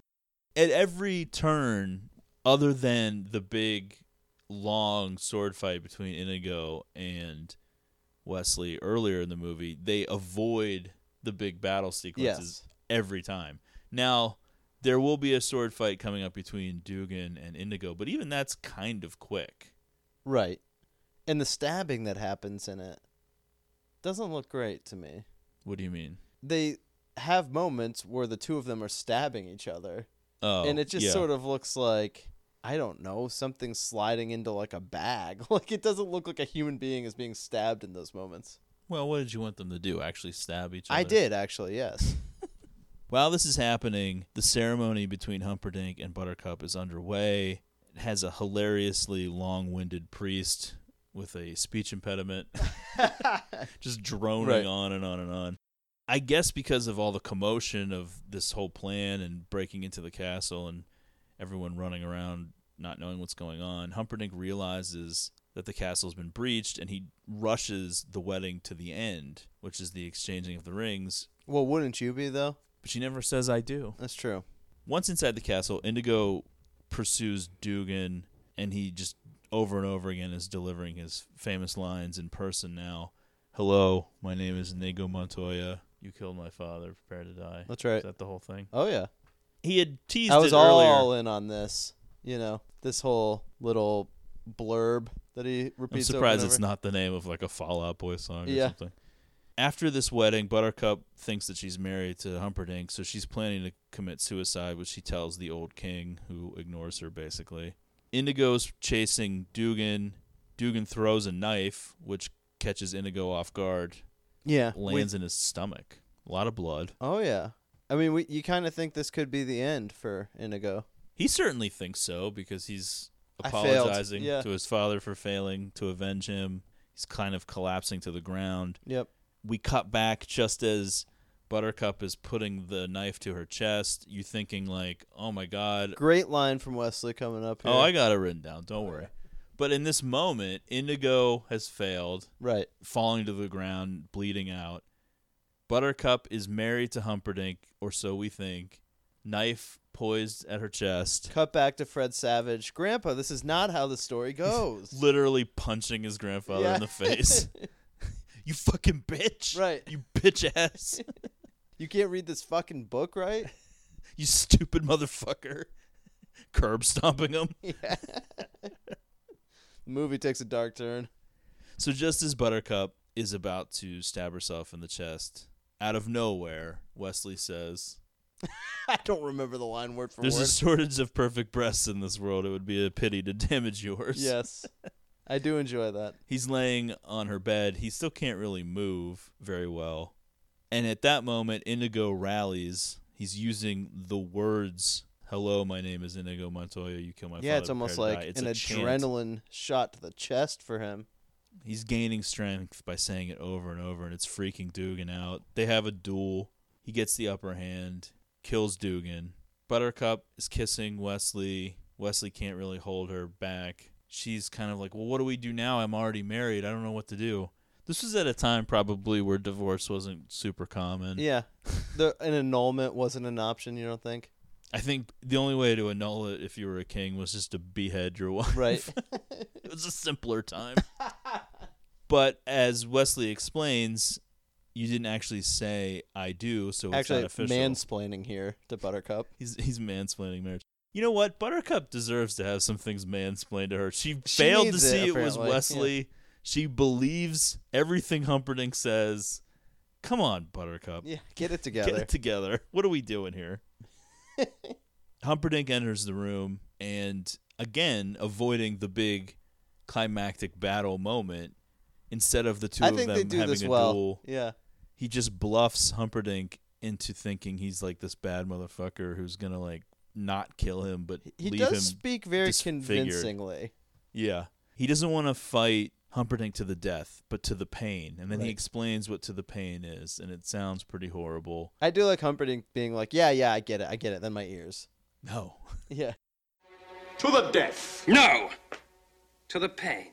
[SPEAKER 2] At every turn, other than the big, long sword fight between Inigo and Wesley earlier in the movie, they avoid the big battle sequences every time. Now, there will be a sword fight coming up between Dugan and Indigo, but even that's kind of quick.
[SPEAKER 3] Right. And the stabbing that happens in it doesn't look great to me.
[SPEAKER 2] What do you mean?
[SPEAKER 3] They have moments where the two of them are stabbing each other.
[SPEAKER 2] Oh,
[SPEAKER 3] and it just
[SPEAKER 2] yeah.
[SPEAKER 3] sort of looks like I don't know, something sliding into like a bag. Like it doesn't look like a human being is being stabbed in those moments.
[SPEAKER 2] Well, what did you want them to do? Actually stab each other?
[SPEAKER 3] I did actually, yes.
[SPEAKER 2] While this is happening, the ceremony between Humperdinck and Buttercup is underway. It has a hilariously long winded priest with a speech impediment just droning
[SPEAKER 3] Right.
[SPEAKER 2] on and on and on. I guess because of all the commotion of this whole plan and breaking into the castle and everyone running around not knowing what's going on, Humperdinck realizes that the castle's been breached and he rushes the wedding to the end, which is the exchanging of the rings,
[SPEAKER 3] well, wouldn't you be though?
[SPEAKER 2] But she never says I do.
[SPEAKER 3] That's true.
[SPEAKER 2] Once inside the castle, Indigo pursues Dugan, and he just over and over again is delivering his famous lines in person now. Hello, my name is Inigo Montoya. You killed my father. Prepare to die.
[SPEAKER 3] That's right.
[SPEAKER 2] Is that the whole thing?
[SPEAKER 3] Oh yeah.
[SPEAKER 2] He had teased
[SPEAKER 3] I was
[SPEAKER 2] it earlier.
[SPEAKER 3] all in on this, you know, this whole little blurb that he
[SPEAKER 2] I'm
[SPEAKER 3] repeats. over
[SPEAKER 2] surprised
[SPEAKER 3] and
[SPEAKER 2] it's
[SPEAKER 3] over.
[SPEAKER 2] not the name of like a Fallout Boy song or
[SPEAKER 3] Yeah.
[SPEAKER 2] something. After this wedding, Buttercup thinks that she's married to Humperdinck, so she's planning to commit suicide, which she tells the old king, who ignores her basically. Indigo's chasing Dugan. Dugan throws a knife, which catches Indigo off guard.
[SPEAKER 3] Yeah,
[SPEAKER 2] Lands
[SPEAKER 3] we-
[SPEAKER 2] in his stomach. A lot of blood.
[SPEAKER 3] Oh yeah. I mean, we, you kind of think this could be the end for Inigo.
[SPEAKER 2] He certainly thinks so because he's
[SPEAKER 3] I failed.
[SPEAKER 2] apologizing
[SPEAKER 3] Yeah.
[SPEAKER 2] to his father for failing to avenge him. He's kind of collapsing to the ground.
[SPEAKER 3] Yep.
[SPEAKER 2] We cut back just as Buttercup is putting the knife to her chest. You thinking like, "Oh my god,
[SPEAKER 3] Great line from Wesley coming up here.
[SPEAKER 2] Oh, I got it written down. Don't worry. But in this moment, Indigo has failed.
[SPEAKER 3] Right.
[SPEAKER 2] Falling to the ground, bleeding out. Buttercup is married to Humperdinck, or so we think. Knife poised at her chest.
[SPEAKER 3] Cut back to Fred Savage. Grandpa, this is not how the story goes.
[SPEAKER 2] Literally punching his grandfather
[SPEAKER 3] Yeah.
[SPEAKER 2] in the face. you fucking bitch.
[SPEAKER 3] Right.
[SPEAKER 2] You bitch ass.
[SPEAKER 3] you can't read this fucking book, right?
[SPEAKER 2] you stupid motherfucker. Curb stomping him.
[SPEAKER 3] Yeah. Movie takes a dark turn.
[SPEAKER 2] So just as Buttercup is about to stab herself in the chest, out of nowhere, Wesley says,
[SPEAKER 3] I don't remember the line word for
[SPEAKER 2] "There's
[SPEAKER 3] word.
[SPEAKER 2] a shortage of perfect breasts in this world. It would be a pity to damage yours."
[SPEAKER 3] Yes. I do enjoy that.
[SPEAKER 2] He's laying on her bed. He still can't really move very well. And at that moment, Indigo rallies. He's using the words, "Hello, my name is Indigo Montoya. You kill my
[SPEAKER 3] yeah,
[SPEAKER 2] father,
[SPEAKER 3] it's almost
[SPEAKER 2] prepare to
[SPEAKER 3] like
[SPEAKER 2] die." It's
[SPEAKER 3] an
[SPEAKER 2] a chant.
[SPEAKER 3] adrenaline shot to the chest for him.
[SPEAKER 2] He's gaining strength by saying it over and over, and it's freaking Dugan out. They have a duel. He gets the upper hand, kills Dugan. Buttercup is kissing Wesley. Wesley can't really hold her back. She's kind of like, Well, what do we do now? I'm already married. I don't know what to do. This was at a time probably where divorce wasn't super common.
[SPEAKER 3] Yeah. The, an annulment wasn't an option, you don't think?
[SPEAKER 2] I think the only way to annul it if you were a king was just to behead your wife.
[SPEAKER 3] Right.
[SPEAKER 2] it was a simpler time. but as Wesley explains, you didn't actually say I do, so it's
[SPEAKER 3] Actually,
[SPEAKER 2] not official.
[SPEAKER 3] mansplaining here to Buttercup.
[SPEAKER 2] he's he's mansplaining marriage. You know what? Buttercup deserves to have some things mansplained to her. She,
[SPEAKER 3] She
[SPEAKER 2] failed to
[SPEAKER 3] needs
[SPEAKER 2] see it
[SPEAKER 3] it,
[SPEAKER 2] was
[SPEAKER 3] apparently.
[SPEAKER 2] Wesley. She believes everything Humperdinck says. Come on, Buttercup.
[SPEAKER 3] Yeah, get it together.
[SPEAKER 2] Get it together. What are we doing here? Humperdinck enters the room and again, avoiding the big climactic battle moment, instead of the two
[SPEAKER 3] I
[SPEAKER 2] of
[SPEAKER 3] think
[SPEAKER 2] them
[SPEAKER 3] they do
[SPEAKER 2] having
[SPEAKER 3] this
[SPEAKER 2] a
[SPEAKER 3] well.
[SPEAKER 2] duel,
[SPEAKER 3] Yeah.
[SPEAKER 2] he just bluffs Humperdinck into thinking he's like this bad motherfucker who's gonna like not kill him, but
[SPEAKER 3] He
[SPEAKER 2] leave
[SPEAKER 3] does
[SPEAKER 2] him
[SPEAKER 3] speak very
[SPEAKER 2] disfigured.
[SPEAKER 3] convincingly.
[SPEAKER 2] Yeah, he doesn't want to fight Humperdinck to the death, but to the pain, and then he
[SPEAKER 3] Right.
[SPEAKER 2] explains what to the pain is, and it sounds pretty horrible.
[SPEAKER 3] I do like Humperdinck being like, yeah, yeah, I get it, I get it. Then my ears.
[SPEAKER 2] No.
[SPEAKER 3] Yeah.
[SPEAKER 12] To the death.
[SPEAKER 10] No! To the pain.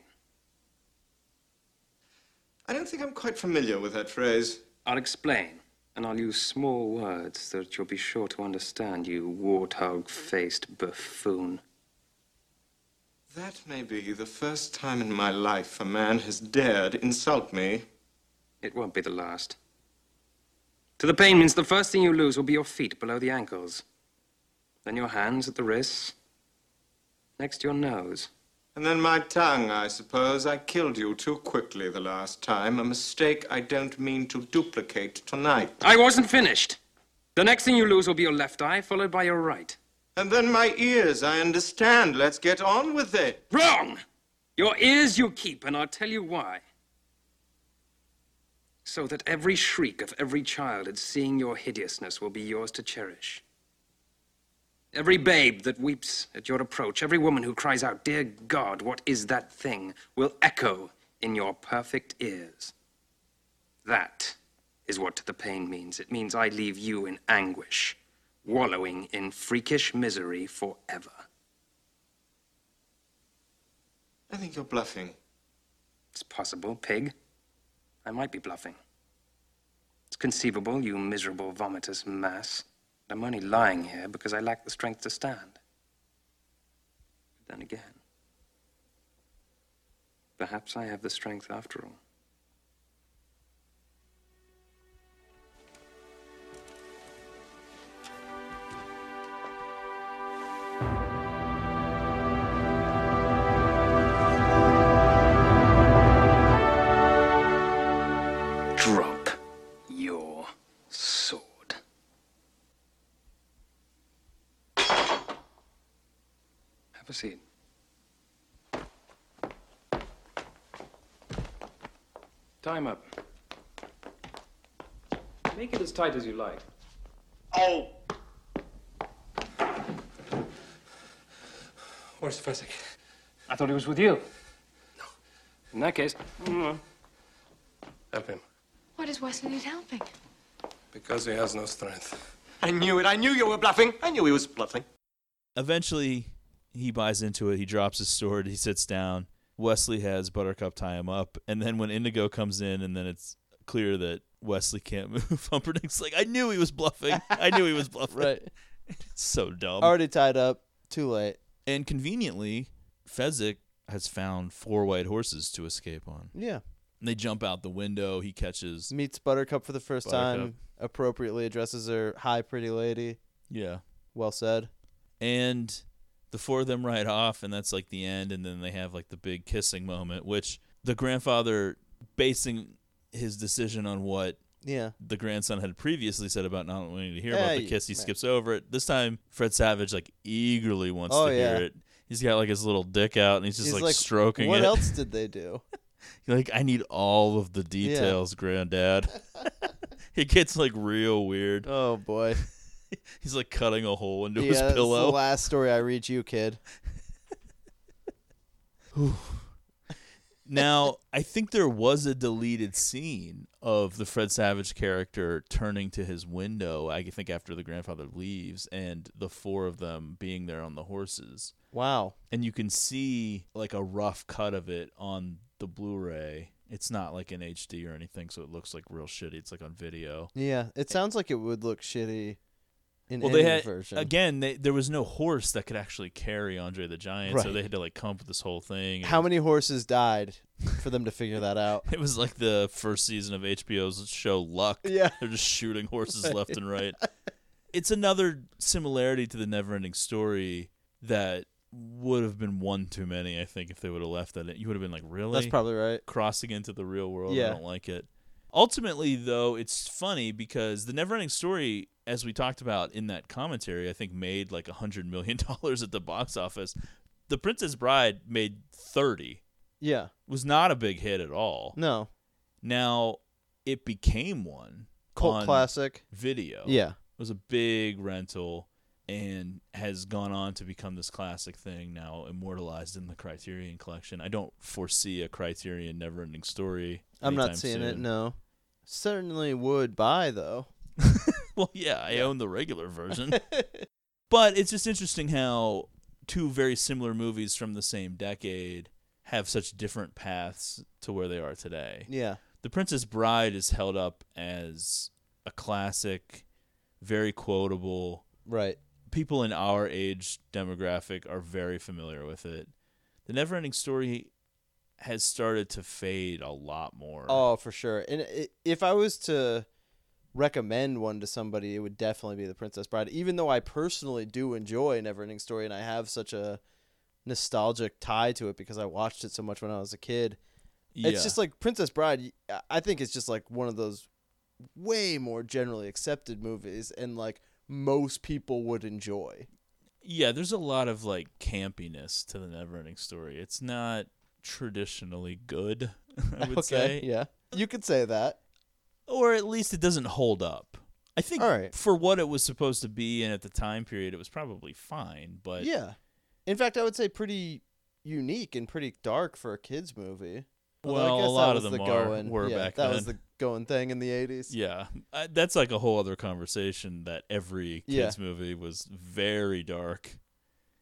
[SPEAKER 12] I don't think I'm quite familiar with that phrase.
[SPEAKER 10] I'll explain, and I'll use small words so that you'll be sure to understand, you warthog faced buffoon.
[SPEAKER 12] That may be the first time in my life a man has dared insult me.
[SPEAKER 10] It won't be the last. To the pain means the first thing you lose will be your feet below the ankles, then your hands at the wrists, next your nose.
[SPEAKER 12] And then my tongue, I suppose. I killed you too quickly the last time, a mistake I don't mean to duplicate tonight.
[SPEAKER 10] I wasn't finished! The next thing you lose will be your left eye, followed by your right.
[SPEAKER 12] And then my ears, I understand. Let's get on with it.
[SPEAKER 10] Wrong! Your ears you keep, and I'll tell you why. So that every shriek of every child at seeing your hideousness will be yours to cherish. Every babe that weeps at your approach, every woman who cries out, Dear God, what is that thing, will echo in your perfect ears. That is what the pain means. It means I leave you in anguish, wallowing in freakish misery forever.
[SPEAKER 12] I think you're bluffing.
[SPEAKER 10] It's possible, pig. I might be bluffing. It's conceivable, you miserable, vomitous mass. that I'm only lying here because I lack the strength to stand. But then again, perhaps I have the strength after all. Drop your sword. Have a seat. Time up. Make it as tight as you like.
[SPEAKER 12] Oh!
[SPEAKER 10] Where's Fezzik? I thought he was with you. No. In that case,
[SPEAKER 4] Help him.
[SPEAKER 7] Why does Wesley need helping?
[SPEAKER 4] Because he has no strength.
[SPEAKER 12] I knew it. I knew you were bluffing. I knew he was bluffing.
[SPEAKER 2] eventually he buys into it. He drops his sword. He sits down. Wesley has Buttercup tie him up, and then when Indigo comes in, and then it's clear that Wesley can't move. Humperdinck's like, I knew he was bluffing. I knew he was bluffing.
[SPEAKER 3] Right.
[SPEAKER 2] It's so dumb.
[SPEAKER 3] Already tied up. Too late.
[SPEAKER 2] And conveniently, Fezzik has found four white horses to escape on.
[SPEAKER 3] Yeah.
[SPEAKER 2] And they jump out the window. He catches.
[SPEAKER 3] Meets Buttercup for the first
[SPEAKER 2] Buttercup.
[SPEAKER 3] time. Appropriately addresses her, "Hi, pretty lady."
[SPEAKER 2] Yeah.
[SPEAKER 3] Well said.
[SPEAKER 2] And the four of them ride off, and that's like the end. And then they have like the big kissing moment, which the grandfather basing his decision on what
[SPEAKER 3] Yeah.
[SPEAKER 2] the grandson had previously said about not wanting to hear
[SPEAKER 3] Yeah,
[SPEAKER 2] about the
[SPEAKER 3] you-
[SPEAKER 2] kiss. He
[SPEAKER 3] right.
[SPEAKER 2] skips over it. This time, Fred Savage like eagerly wants
[SPEAKER 3] Oh,
[SPEAKER 2] to
[SPEAKER 3] yeah.
[SPEAKER 2] hear it. He's got like his little dick out, and he's just
[SPEAKER 3] He's
[SPEAKER 2] like, stroking
[SPEAKER 3] What
[SPEAKER 2] it.
[SPEAKER 3] else did they do?
[SPEAKER 2] Like I need all of the details, granddad. it gets like real weird.
[SPEAKER 3] Oh boy.
[SPEAKER 2] He's like cutting a hole into
[SPEAKER 3] yeah,
[SPEAKER 2] his
[SPEAKER 3] that's the
[SPEAKER 2] pillow.
[SPEAKER 3] last story I read you, kid.
[SPEAKER 2] now, I think there was a deleted scene of the Fred Savage character turning to his window, I think after the grandfather leaves and the four of them being there on the horses.
[SPEAKER 3] Wow.
[SPEAKER 2] And you can see like a rough cut of it on the Blu-ray. It's not like in HD or anything, so it looks like real shitty. It's like on video.
[SPEAKER 3] Yeah, it sounds like it would look shitty in
[SPEAKER 2] well,
[SPEAKER 3] any
[SPEAKER 2] they had
[SPEAKER 3] version.
[SPEAKER 2] again. They, there was no horse that could actually carry Andre the Giant, so
[SPEAKER 3] Right.
[SPEAKER 2] they had to like come up with this whole thing. and
[SPEAKER 3] How many horses died for them to figure that out?
[SPEAKER 2] It was like the first season of HBO's show Luck.
[SPEAKER 3] Yeah.
[SPEAKER 2] They're just shooting horses
[SPEAKER 3] Right.
[SPEAKER 2] left and right. It's another similarity to the Neverending Story that would have been one too many, I think, if they would have left that. in. You would have been like, really?
[SPEAKER 3] probably right.
[SPEAKER 2] Crossing into the real world. I
[SPEAKER 3] Yeah.
[SPEAKER 2] don't like it. Ultimately, though, it's funny because the Neverending Story, as we talked about in that commentary, I think made like a $100 million at the box office. The Princess Bride made 30
[SPEAKER 3] Yeah.
[SPEAKER 2] was not a big hit at all.
[SPEAKER 3] No.
[SPEAKER 2] Now it became one
[SPEAKER 3] Cult
[SPEAKER 2] on
[SPEAKER 3] classic.
[SPEAKER 2] video.
[SPEAKER 3] Yeah.
[SPEAKER 2] It was a big rental and has gone on to become this classic thing now immortalized in the Criterion collection. I don't foresee a Criterion never ending story.
[SPEAKER 3] I'm not
[SPEAKER 2] anytime
[SPEAKER 3] seeing it,
[SPEAKER 2] soon.
[SPEAKER 3] no. Certainly would buy though.
[SPEAKER 2] Well, yeah, I own the regular version. but it's just interesting how two very similar movies from the same decade have such different paths to where they are today.
[SPEAKER 3] Yeah.
[SPEAKER 2] The Princess Bride is held up as a classic, very quotable.
[SPEAKER 3] Right.
[SPEAKER 2] People in our age demographic are very familiar with it. The Neverending Story has started to fade a lot more.
[SPEAKER 3] Oh, for sure. And i if I was to recommend one to somebody, it would definitely be The Princess Bride. Even though I personally do enjoy Neverending Story, and I have such a nostalgic tie to it because I watched it so much when I was a kid.
[SPEAKER 2] Yeah.
[SPEAKER 3] It's just like Princess Bride. y- I think it's just like one of those way more generally accepted movies, and like most people would enjoy.
[SPEAKER 2] Yeah, there's a lot of like campiness to the Neverending Story. It's not traditionally good, I would
[SPEAKER 3] okay,
[SPEAKER 2] say,
[SPEAKER 3] yeah, you could say that.
[SPEAKER 2] or at least it doesn't hold up. I think
[SPEAKER 3] All right.
[SPEAKER 2] for what it was supposed to be and at the time period, it was probably fine. But
[SPEAKER 3] yeah, in fact, I would say pretty unique and pretty dark for a kids movie. Although I
[SPEAKER 2] Well, a
[SPEAKER 3] guess that
[SPEAKER 2] lot of
[SPEAKER 3] was
[SPEAKER 2] them are- were
[SPEAKER 3] yeah,
[SPEAKER 2] back
[SPEAKER 3] that was
[SPEAKER 2] then.
[SPEAKER 3] the going thing in the eighties.
[SPEAKER 2] yeah, I, that's like a whole other conversation. That every
[SPEAKER 3] Yeah.
[SPEAKER 2] kids movie was very dark.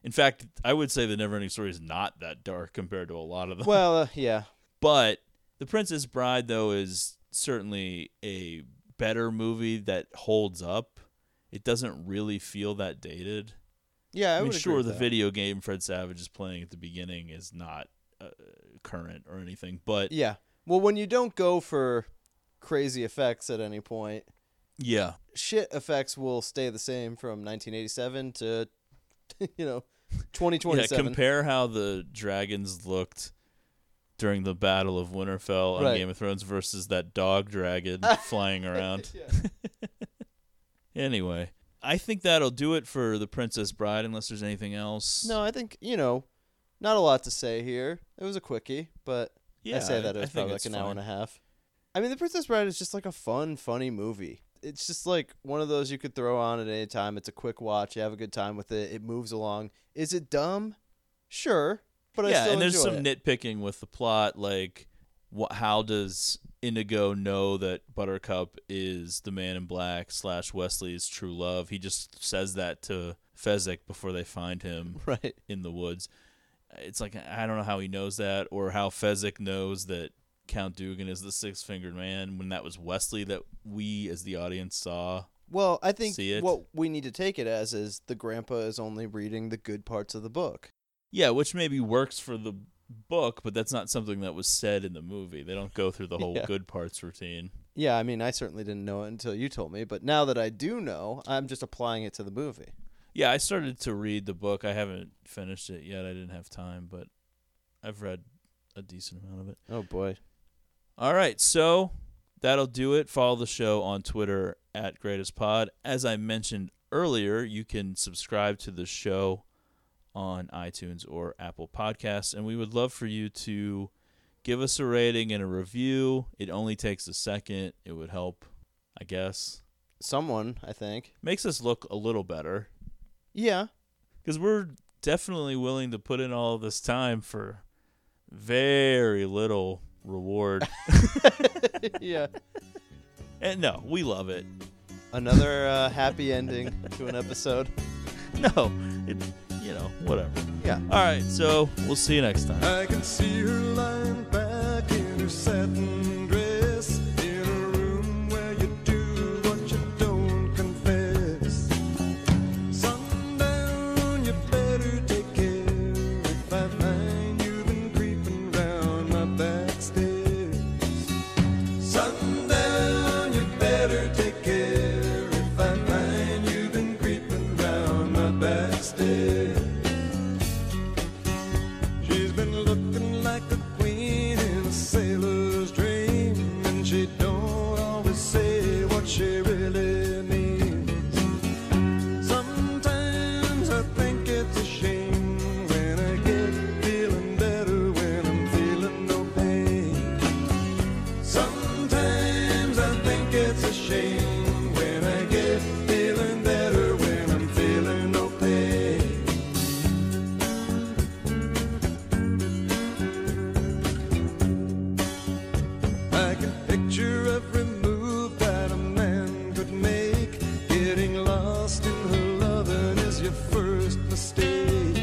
[SPEAKER 2] In fact, I would say the Neverending Story is not that dark compared to a lot of them.
[SPEAKER 3] Well, uh, yeah,
[SPEAKER 2] But The Princess Bride, though, is certainly a better movie that holds up. It doesn't really feel that dated.
[SPEAKER 3] Yeah, I
[SPEAKER 2] mean,
[SPEAKER 3] would agree
[SPEAKER 2] sure,
[SPEAKER 3] with
[SPEAKER 2] the
[SPEAKER 3] that.
[SPEAKER 2] video game Fred Savage is playing at the beginning is not uh, current or anything, but
[SPEAKER 3] yeah. Well, when you don't go for crazy effects at any point,
[SPEAKER 2] yeah,
[SPEAKER 3] shit effects will stay the same from 1987 to you know 2027.
[SPEAKER 2] Yeah, compare how the dragons looked during the Battle of Winterfell on
[SPEAKER 3] Right.
[SPEAKER 2] Game of Thrones versus that dog dragon flying around. anyway, I think that'll do it for The Princess Bride, unless there's anything else.
[SPEAKER 3] No, I think you know, not a lot to say here. It was a quickie, but
[SPEAKER 2] Yeah,
[SPEAKER 3] I say that
[SPEAKER 2] I- I
[SPEAKER 3] it was
[SPEAKER 2] think
[SPEAKER 3] probably like
[SPEAKER 2] it's
[SPEAKER 3] an hour and a
[SPEAKER 2] fine.
[SPEAKER 3] half. I mean, The Princess Bride is just like a fun, funny movie. It's just like one of those you could throw on at any time. It's a quick watch. You have a good time with it. It moves along. Is it dumb? Sure, but I
[SPEAKER 2] yeah,
[SPEAKER 3] still
[SPEAKER 2] and there's
[SPEAKER 3] enjoy
[SPEAKER 2] some
[SPEAKER 3] it.
[SPEAKER 2] nitpicking with the plot, like wh- how does Indigo know that Buttercup is the Man in Black slash Wesley's true love? He just says that to Fezzik before they find him
[SPEAKER 3] Right.
[SPEAKER 2] in the woods, It's like I don't know how he knows that or how Fezzik knows that Count Dugan is the six fingered man when that was Wesley that we as the audience saw.
[SPEAKER 3] Well, I think
[SPEAKER 2] See it?
[SPEAKER 3] what we need to take it as is the grandpa is only reading the good parts of the book.
[SPEAKER 2] Yeah, which maybe works for the book, but that's not something that was said in the movie. They don't go through the whole
[SPEAKER 3] Yeah.
[SPEAKER 2] good parts routine.
[SPEAKER 3] Yeah, I mean, I certainly didn't know it until you told me, but now that I do know, I'm just applying it to the movie.
[SPEAKER 2] Yeah, I started to read the book. I haven't finished it yet. I didn't have time, but I've read a decent amount of it.
[SPEAKER 3] Oh boy.
[SPEAKER 2] All right, so that'll do it. Follow the show on Twitter at Greatest Pod. As I mentioned earlier, you can subscribe to the show on iTunes or Apple Podcasts, and we would love for you to give us a rating and a review. It only takes a second. It would help, I guess.
[SPEAKER 3] Someone, I think,
[SPEAKER 2] makes us look a little better.
[SPEAKER 3] Yeah.
[SPEAKER 2] Because we're definitely willing to put in all this time for very little reward.
[SPEAKER 3] yeah.
[SPEAKER 2] And no, we love it.
[SPEAKER 3] Another uh, happy ending to an episode.
[SPEAKER 2] No, it, you know, whatever.
[SPEAKER 3] Yeah.
[SPEAKER 2] All right, so we'll see you next time.
[SPEAKER 17] I can see her lying back in her satin dress in a room where you do what you don't confess. Sundown, you better take care. If I find you've been creeping round my back stairs. Sundown, you better take care. If I find you've been creeping round my back stairs. She's been looking like a queen in a sailor's dream, and she don't always say what she really means. Sometimes I think it's a shame when I get feeling better when I'm feeling no pain. Sometimes I think it's a shame when I get feeling better when I'm feeling no pain. I can picture every move that a man could make. Getting lost in her loving is your first mistake.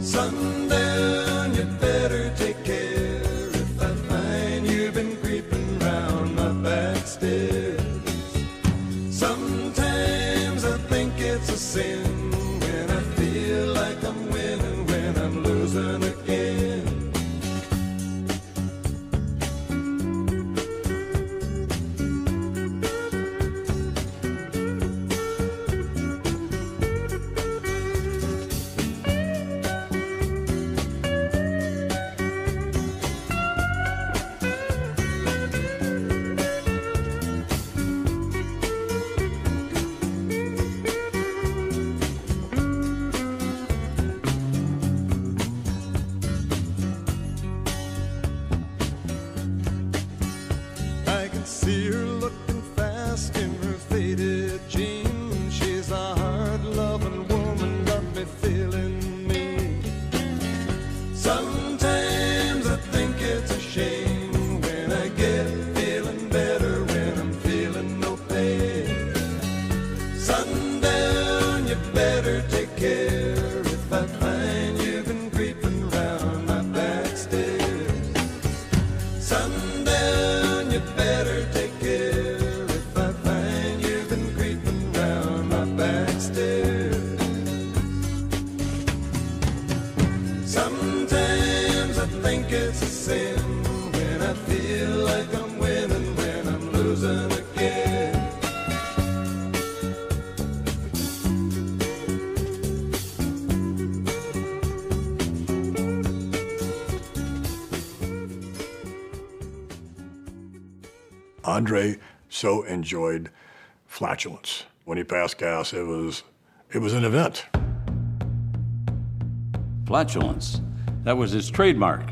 [SPEAKER 17] Sundown, you better take care. If I find you've been creeping round my back stairs. Sometimes I think it's a sin when I feel like I'm winning when I'm losing again. I can see her looking fast in her faded jeans. She's a hard loving woman, got me feeling mean. Sometimes I think it's a shame when I get feeling better when I'm feeling no pain. Sundown, you better take care if I find you've been creeping round my back stairs. Sundown, you better take care. If I find you've been creeping round my back stairs. Sometimes I think it's a sin when I feel like I'm winning when I'm losing again.
[SPEAKER 18] Andre so enjoyed flatulence. When he passed gas, it was it was an event.
[SPEAKER 19] flatulence. That was his trademark.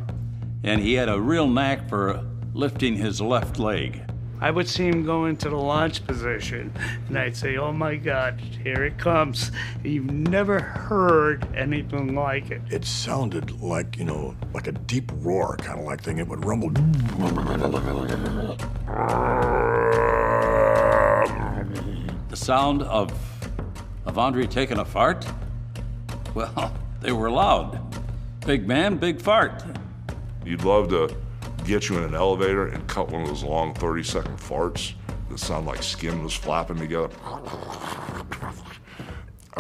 [SPEAKER 19] And he had a real knack for lifting his left leg.
[SPEAKER 20] I would see him go into the launch position, and I'd say, "Oh my God, here it comes!" You've never heard anything like it.
[SPEAKER 18] It sounded like, you know, like a deep roar kind of like thing. It would rumble.
[SPEAKER 19] The sound of of Andre taking a fart? Well, they were loud. Big man, big fart.
[SPEAKER 21] You'd love to get you in an elevator and cut one of those long 30 second farts that sound like skin was flapping together. I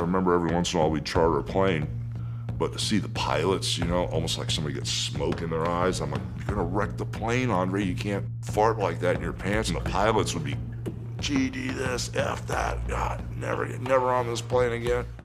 [SPEAKER 21] remember every once in a while we'd charter a plane, but to see the pilots, you know, almost like somebody gets smoke in their eyes, I'm like, you're gonna wreck the plane, Andre. You can't fart like that in your pants. And the pilots would be, GD this, F that, God, never, never on this plane again.